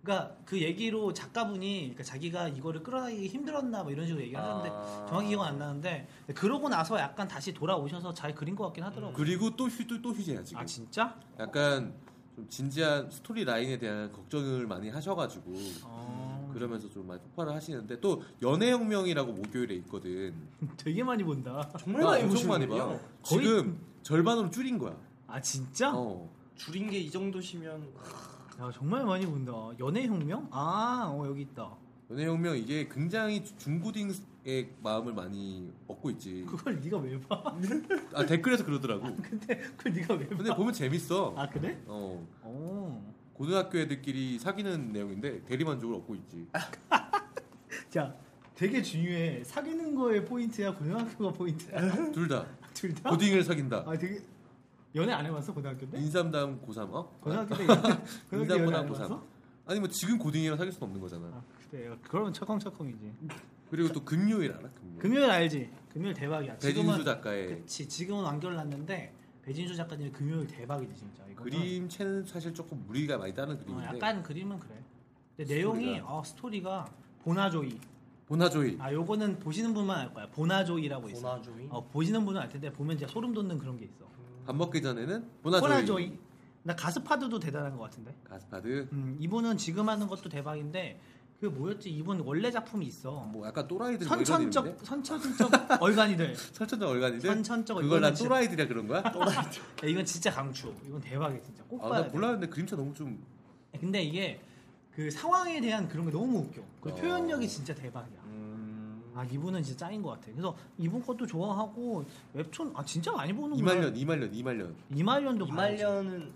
그러니까 그 얘기로 작가분이 그러니까 자기가 이거를 끌어나기기 힘들었나 뭐 이런 식으로 얘기하는데 아. 정확히 기억 안 나는데 그러고 나서 약간 다시 돌아오셔서 잘 그린 것 같긴 하더라고. 요 그리고 또, 휴, 또, 또 휴재야 지금. 아 진짜? 약간 좀 진지한 스토리 라인에 대한 걱정을 많이 하셔가지고 어, 그러면서 좀 많이 폭발을 하시는데 또 연애혁명이라고 목요일에 있거든. 되게 많이 본다. 정말 나 많이 엄청 많이 보시는군요. 봐. 거의- 지금 절반으로 줄인 거야. 아 진짜? 어. 줄인 게 이 정도시면 야, 정말 많이 본다. 연애혁명? 아 어, 여기 있다. 연애혁명 이게 굉장히 중고딩의 마음을 많이 얻고 있지. 그걸 네가 왜 봐? 아 댓글에서 그러더라고. 근데 그걸 네가 왜 근데 봐? 보면 재밌어. 네. 아 그래? 어. 어. 고등학교 애들끼리 사귀는 내용인데 대리만족을 얻고 있지. 아, 자, 되게 중요해. 사귀는 거에 포인트야, 고등학교가 포인트야. 음. 둘 다. 둘 어? 다. 고딩을 사귄다. 아, 되게 연애 안 해봤어 고등학교 때? 인삼 다음 고3. 어? 고등학교 때 연애, 고등학교 때 연애 인삼보다 안 고3. 해봤어? 아니 뭐 지금 고딩이랑 사귈 수는 없는 거잖아. 아, 그래요. 그러면 철컹철컹이지. 음. 그리고 또 금요일 알아? 금요일. 금요일 알지? 금요일 대박이야. 배진수 지금은 작가의 그치. 지금은 완결 났는데 배진수 작가님의 금요일 대박이지 진짜. 이거는. 그림체는 사실 조금 무리가 많이 따는 어, 그림인데 약간 그림은 그래. 근데 내용이 스토리가. 어, 스토리가 보나조이. 보나조이 아, 요거는 보시는 분만 알 거야. 보나조이라고 있어. 보나조이? 어, 보시는 분은 알 텐데 보면 진짜 소름 돋는 그런 게 있어. 밥 먹기 전에는 보나조이, 보나조이. 나 가스파드도 대단한 것 같은데. 가스파드 음, 이분은 지금 하는 것도 대박인데 그 뭐였지? 이분 원래 작품이 있어. 뭐 약간 또라이들 뭐 이런 선천적 이름인데? 선천적 얼간이들. 선천적 얼간이들 선천적 그걸 난 얼간이들. 또라이들이라 그런 거야? 야, 이건 진짜 강추. 이건 대박이야 진짜. 꼭 아, 봐야 나 돼. 몰랐는데 그림체 너무 좀 근데 이게 그 상황에 대한 그런 게 너무 웃겨. 그 어. 표현력이 진짜 대박이야. 음. 아 이분은 진짜 짱인 것 같아. 그래서 이분 것도 좋아하고 웹툰 아 진짜 많이 보는구나. 이말년 이말년 이말년 이말년도 봐야지. 이말년은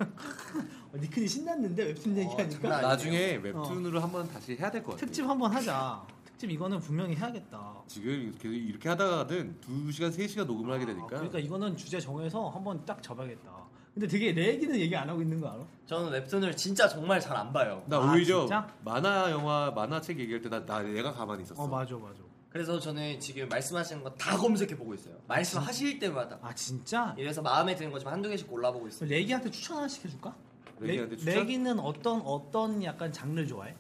어, 니큰이 신났는데 웹툰 어, 장난 얘기하니까 아니에요. 아, 나중에 웹툰으로 한번 다시 해야 될 것 같아 어. 특집 한번 하자. 특집 이거는 분명히 해야겠다. 지금 이렇게, 이렇게 하다가는 2시간 3시간 녹음을 하게 되니까 아, 그러니까 이거는 주제 정해서 한번 딱 잡아야겠다. 근데 되게 내 얘기는 얘기 안 하고 있는 거 알아? 저는 웹툰을 진짜 정말 잘 안 봐요. 나 아, 오히려 진짜? 만화 영화 만화책 얘기할 때 나 나 내가 가만히 있었어 어 맞아 맞아. 그래서 저는 지금 말씀하시는 거 다 검색해 보고 있어요. 말씀하실 때마다. 아 진짜? 이래서 마음에 드는 거지만 한두 개씩 골라보고 있어요. 레기한테 추천 하나 시켜줄까? 레기한테 레- 추천? 레기는 어떤 어떤 약간 장르 좋아해?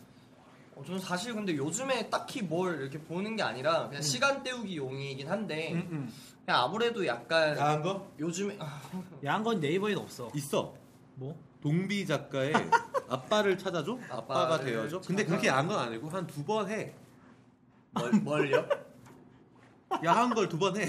어, 저는 사실 근데 요즘에 딱히 뭘 이렇게 보는 게 아니라 그냥 시간 때우기 용이긴 한데 음, 음. 그냥 아무래도 약간 야한 거? 요즘에 아, 야한 건 네이버에는 없어. 있어. 뭐? 동비 작가의 아빠를 찾아줘? 아빠가 아빠를 되어줘? 근데 찾아- 그렇게 야한 건 아니고 한 두 번 해. 뭘, 뭘요? 야한 걸 두 번 해.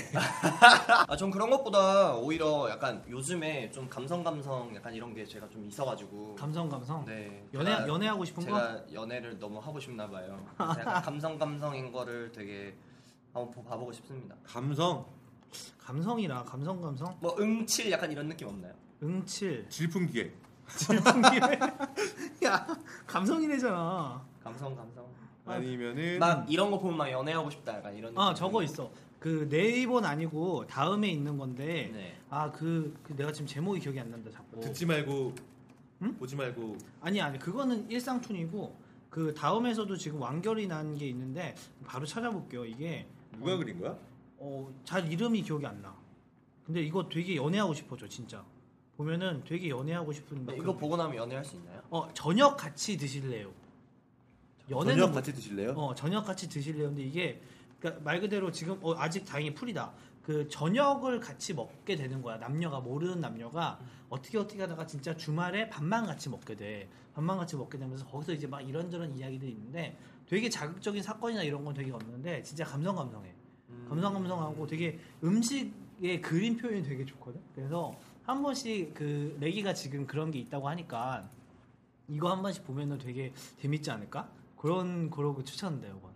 아, 전 그런 것보다 오히려 약간 요즘에 좀 감성 감성 약간 이런 게 제가 좀 있어가지고 감성 감성. 네 연애 제가- 연애하고 싶은 거? 제가 연애를 너무 하고 싶나 봐요. 그래서 약간 감성 감성인 거를 되게 한번 보- 봐보고 싶습니다. 감성, 감성이라 감성 감성. 뭐 응칠 약간 이런 느낌 없나요? 응칠. 질풍기에. 질풍기회. 야 감성이래잖아. 감성 감성. 아니면은 막 이런 거 보면 막 연애하고 싶다 약간 이런. 아 느낌. 저거 있어. 그 네이버는 아니고 다음에 있는 건데. 네. 아그 그 내가 지금 제목이 기억이 안 난다 자꾸. 듣지 말고 응? 보지 말고 아니 아니 그거는 일상툰이고 그 다음에서도 지금 완결이 난 게 있는데 바로 찾아볼게요. 이게 누가 그린 거야? 어, 잘 이름이 기억이 안 나. 근데 이거 되게 연애하고 싶어져 진짜. 보면은 되게 연애하고 싶은 근데 막 이거 그런- 보고 나면 연애할 수 있나요? 어 저녁 같이 드실래요? 연애는 저녁 못- 같이 드실래요? 어 저녁 같이 드실래요? 근데 이게 그러니까 말 그대로 지금 어, 아직 다행히 풀이다. 그 저녁을 같이 먹게 되는 거야. 남녀가 모르는 남녀가 어떻게 어떻게 하다가 진짜 주말에 밥만 같이 먹게 돼. 밥만 같이 먹게 되면서 거기서 이제 막 이런저런 이야기들이 있는데 되게 자극적인 사건이나 이런 건 되게 없는데 진짜 감성 감성해. 음. 감성 감성하고 되게 음식의 그림 표현이 되게 좋거든. 그래서 한 번씩 그 레기가 지금 그런 게 있다고 하니까 이거 한 번씩 보면은 되게 재밌지 않을까? 그런 거라고 추천한대요. 이건.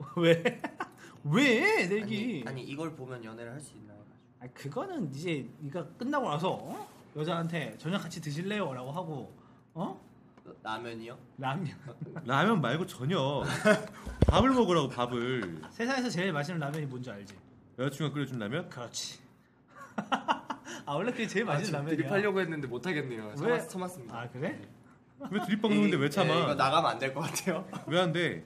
왜? 왜 레기? 아니, 아니 이걸 보면 연애를 할 수 있나요? 아, 그거는 이제 네가 끝나고 나서 어? 여자한테 저녁 같이 드실래요라고 하고 어 라면이요? 라면 라면 말고 저녁 밥을 먹으라고 밥을 세상에서 제일 맛있는 라면이 뭔지 알지? 여자친구가 끓여준 라면? 그렇지. 아 원래 그게 제일 맛있는 라면이야. 했는데 못 하겠네요. 왜? 참았, 참았습니다. 아 그래? 왜 드립밥 먹는데 왜 네, 이거 참아? 나가면 안 될 것 같아요. 왜 안 돼?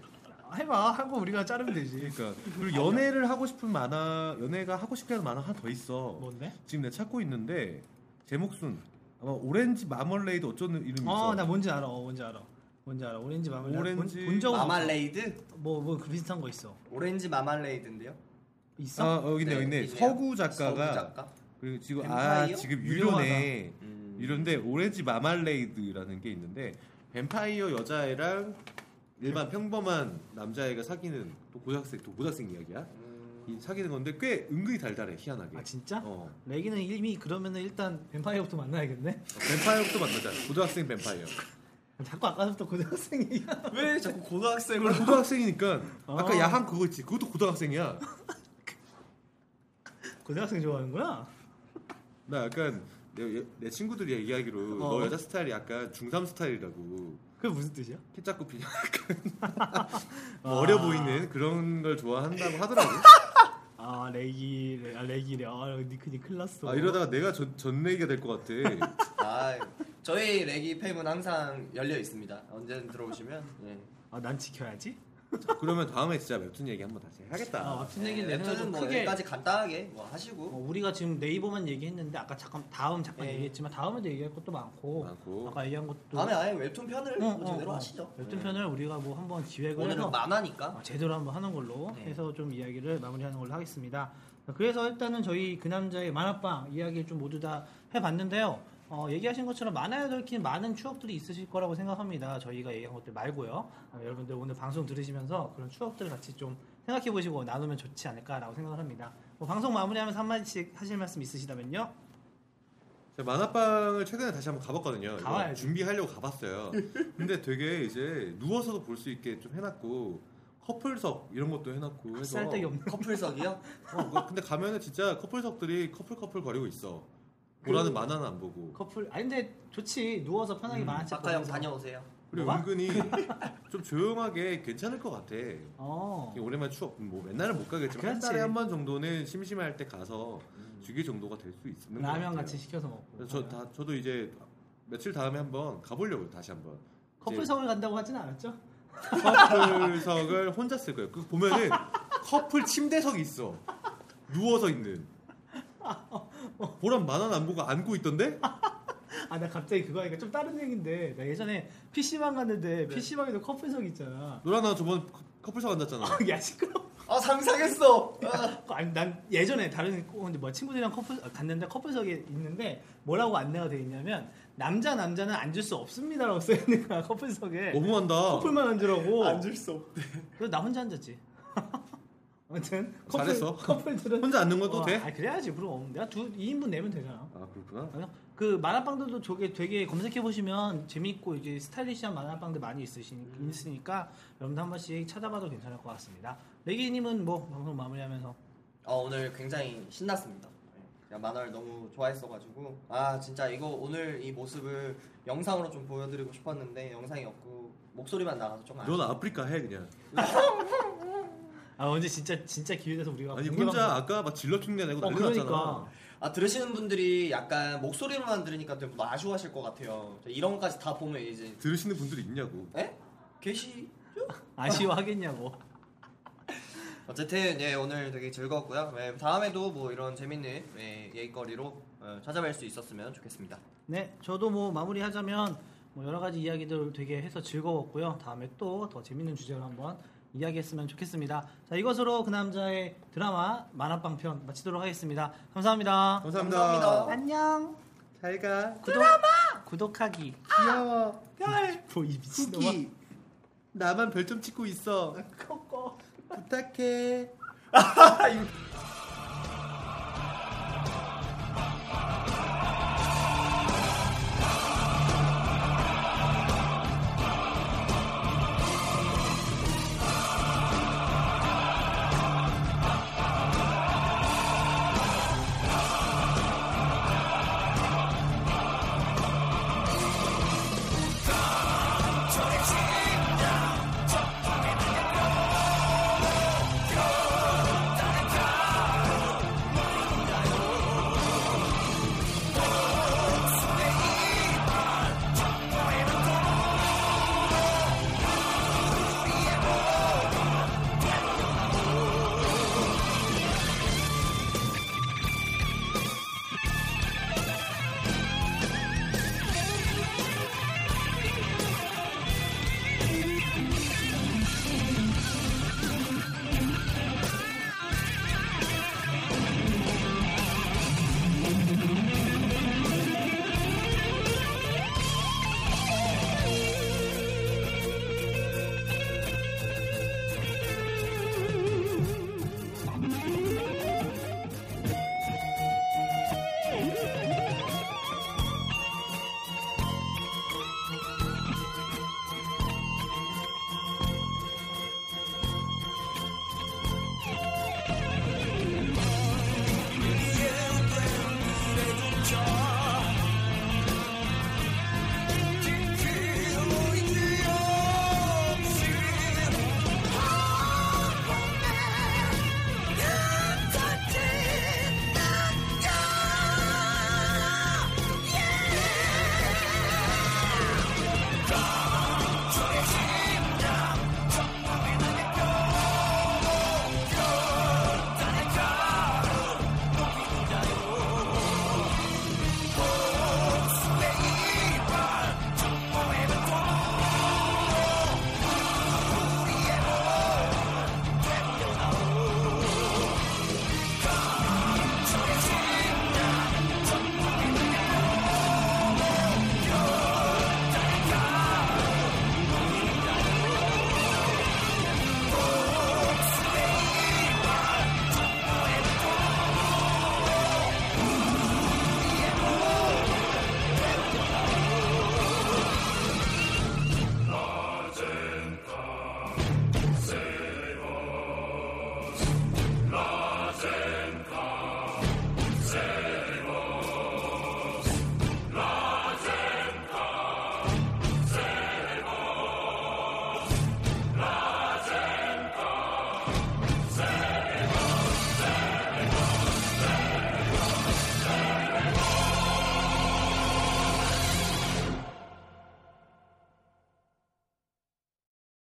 해봐 하고 우리가 자르면 되지. 그러니까 그리고 연애를 하고 싶은 만화 연애가 하고 싶게 하는 만화 하나 더 있어. 뭔데? 지금 내가 찾고 있는데 제목순 아마 오렌지 마멀레이드 어쩌는 이름이 있어. 어나 뭔지 알아. 어, 뭔지 알아. 뭔지 알아. 오렌지 마멀레 오렌지- 본, 본 적은 마말레이드? 뭐뭐 그 비슷한 거 있어. 오렌지 마말레이드인데요. 있어? 아 여기네 네, 여기네 있네요. 서구 작가가 서구 작가? 그리고 지금 뱀파이어? 아 지금 유명하다. 유료네 음. 유료인데 오렌지 마말레이드라는 게 있는데 뱀파이어 여자애랑 일반 평범한 남자애가 사귀는 또 고등학생 또 고등학생 이야기야 음. 이 사귀는 건데 꽤 은근히 달달해 희한하게 아 진짜? 어 레기는 이미 그러면은 일단 뱀파이어부터 만나야겠네. 뱀파이어도 만나자 고등학생 뱀파이어 자꾸 아까부터 고등학생이. 왜 자꾸 고등학생으로? 고등학생이니까 아까 아. 야한 그거 있지 그것도 고등학생이야 고등학생 좋아하는 거야? 나 약간 내, 내 친구들이 얘기하기로 어. 너 여자 스타일이 약간 중3 스타일이라고 그게 무슨 뜻이야? 키 작고 비냥 뭐 어려 보이는 그런 걸 좋아한다고 하더라고. 아 레기래, 아 레기래. 아 니크니 큰일 났어. 아 이러다가 내가 전 전내기가 될 것 같아. 아, 저희 레기 팸은 항상 열려 있습니다. 언제든 들어오시면. 예. 아, 난 지켜야지. 그러면 다음에 진짜 웹툰 얘기 한번 다시 해야겠다. 아 웹툰 얘기는 네, 예, 내가 웹툰은 좀 뭐 크게. 여기까지 간단하게 뭐 어, 하시고. 우리가 지금 네이버만 얘기했는데 아까 잠깐 다음 잠깐 예. 얘기했지만 다음에도 얘기할 것도 많고 많고. 아까 얘기한 것도 다음에 아예 웹툰 편을 어, 뭐 어, 제대로 어. 하시죠. 웹툰 예. 편을 우리가 뭐 한번 기획을 해서 오늘은 만화니까. 아, 제대로 한번 하는 걸로 네. 해서 좀 이야기를 마무리하는 걸로 하겠습니다. 그래서 일단은 저희 그 남자의 만화방 이야기를 좀 모두 다 해봤는데요. 어, 얘기하신 것처럼 만화에 얽힌 많은 추억들이 있으실 거라고 생각합니다. 저희가 얘기한 것들 말고요. 아, 여러분들 오늘 방송 들으시면서 그런 추억들 같이 좀 생각해 보시고 나누면 좋지 않을까라고 생각을 합니다. 뭐 방송 마무리하면서 한마디씩 하실 말씀 있으시다면요. 제가 만화방을 최근에 다시 한번 가봤거든요. 이거 가봐야지. 준비하려고 가봤어요. 근데 되게 이제 누워서도 볼 수 있게 좀 해놨고 커플석 이런 것도 아, 해놨고 해서 쓸데기 없는 커플석이요? 어, 뭐 근데 가면은 진짜 커플석들이 커플 커플 거리고 있어. 보라는 그- 만화는 안 보고 커플. 아니 근데 좋지. 누워서 편하게 음, 만화책 박하영 보면서. 다녀오세요. 그리고 뭐가? 은근히 좀 조용하게 괜찮을 것 같아. 어. 오랜만에 추억 뭐 맨날은 못 가겠지만 한 그렇지. 음. 달에 한 번 정도는 심심할 때 가서 주기 정도가 될 수 있는 것 라면 같아요. 같이 시켜서 먹고. 그래서 저, 다, 저도 이제 며칠 다음에 한번 가보려고요 다시 한번 커플 성을 간다고 하진 않았죠? 커플석을 혼자 쓸 거예요 그 보면은 커플 침대석이 있어 누워서 있는 보람 만화는 안 보고 안고 있던데 아 나 갑자기 그거 하니까 좀 다른 얘기인데 나 예전에 PC방 갔는데 네. PC방에도 커플석 있잖아 노라 나 저번 커플석 앉았잖아. 야 시끄러워 아 상상했어. 아, 아니 난 예전에 다른 어, 근데 뭐 친구들이랑 커플 아, 갔는데 커플석에 있는데 뭐라고 안내가 돼 있냐면 남자 남자는 앉을 수 없습니다라고 써 있는 거야 어, 커플석에 너무한다. 커플만 앉으라고 앉을 수 없대. 그래서 나 혼자 앉았지 아무튼 커플, 잘했어. 커플들은 혼자 앉는 것도 어, 돼? 아 그래야지 그럼 내가 두 2인분 내면 되잖아 아 그렇구나. 아니요. 그 만화방들도 저게 되게 검색해 보시면 재밌고 이제 스타일리시한 만화방들 많이 있으시, 음. 있으니까 여러분도 한 번씩 찾아봐도 괜찮을 것 같습니다. 레기님은 뭐 방송 마무리하면서 아 오늘 굉장히 신났습니다. 네. 제가 만화를 너무 좋아했어가지고 아 진짜 이거 오늘 이 모습을 영상으로 좀 보여드리고 싶었는데 영상이 없고 목소리만 나가서 조금 넌 아프리카 해 그냥. 아 언제 진짜 진짜 기회 돼서 우리가 아니 공개 혼자 방송- 아까 막 질러 흉내 내고 어 난리 그러니까 났잖아. 아 들으시는 분들이 약간 목소리로만 들으니까 좀 아쉬워하실 것 같아요. 이런 것까지 다 보면 이제 들으시는 분들 있냐고. 에? 계시? 아쉬워하겠냐고. 어쨌든 예 오늘 되게 즐거웠고요. 예, 다음에도 뭐 이런 재밌는 예, 얘기거리로 어, 찾아뵐 수 있었으면 좋겠습니다. 네, 저도 뭐 마무리하자면 뭐 여러 가지 이야기들 되게 해서 즐거웠고요. 다음에 또 더 재밌는 주제로 한번 이야기했으면 좋겠습니다. 자, 이것으로 그 남자의 드라마 만화방 편 마치도록 하겠습니다. 감사합니다. 감사합니다. 감사합니다. 안녕. 잘 가. 구독, 드라마 구독하기. 귀여워. 별. 뭐 이 미친놈아. 아, 나만 별점 찍고 있어. 커커. 부탁해.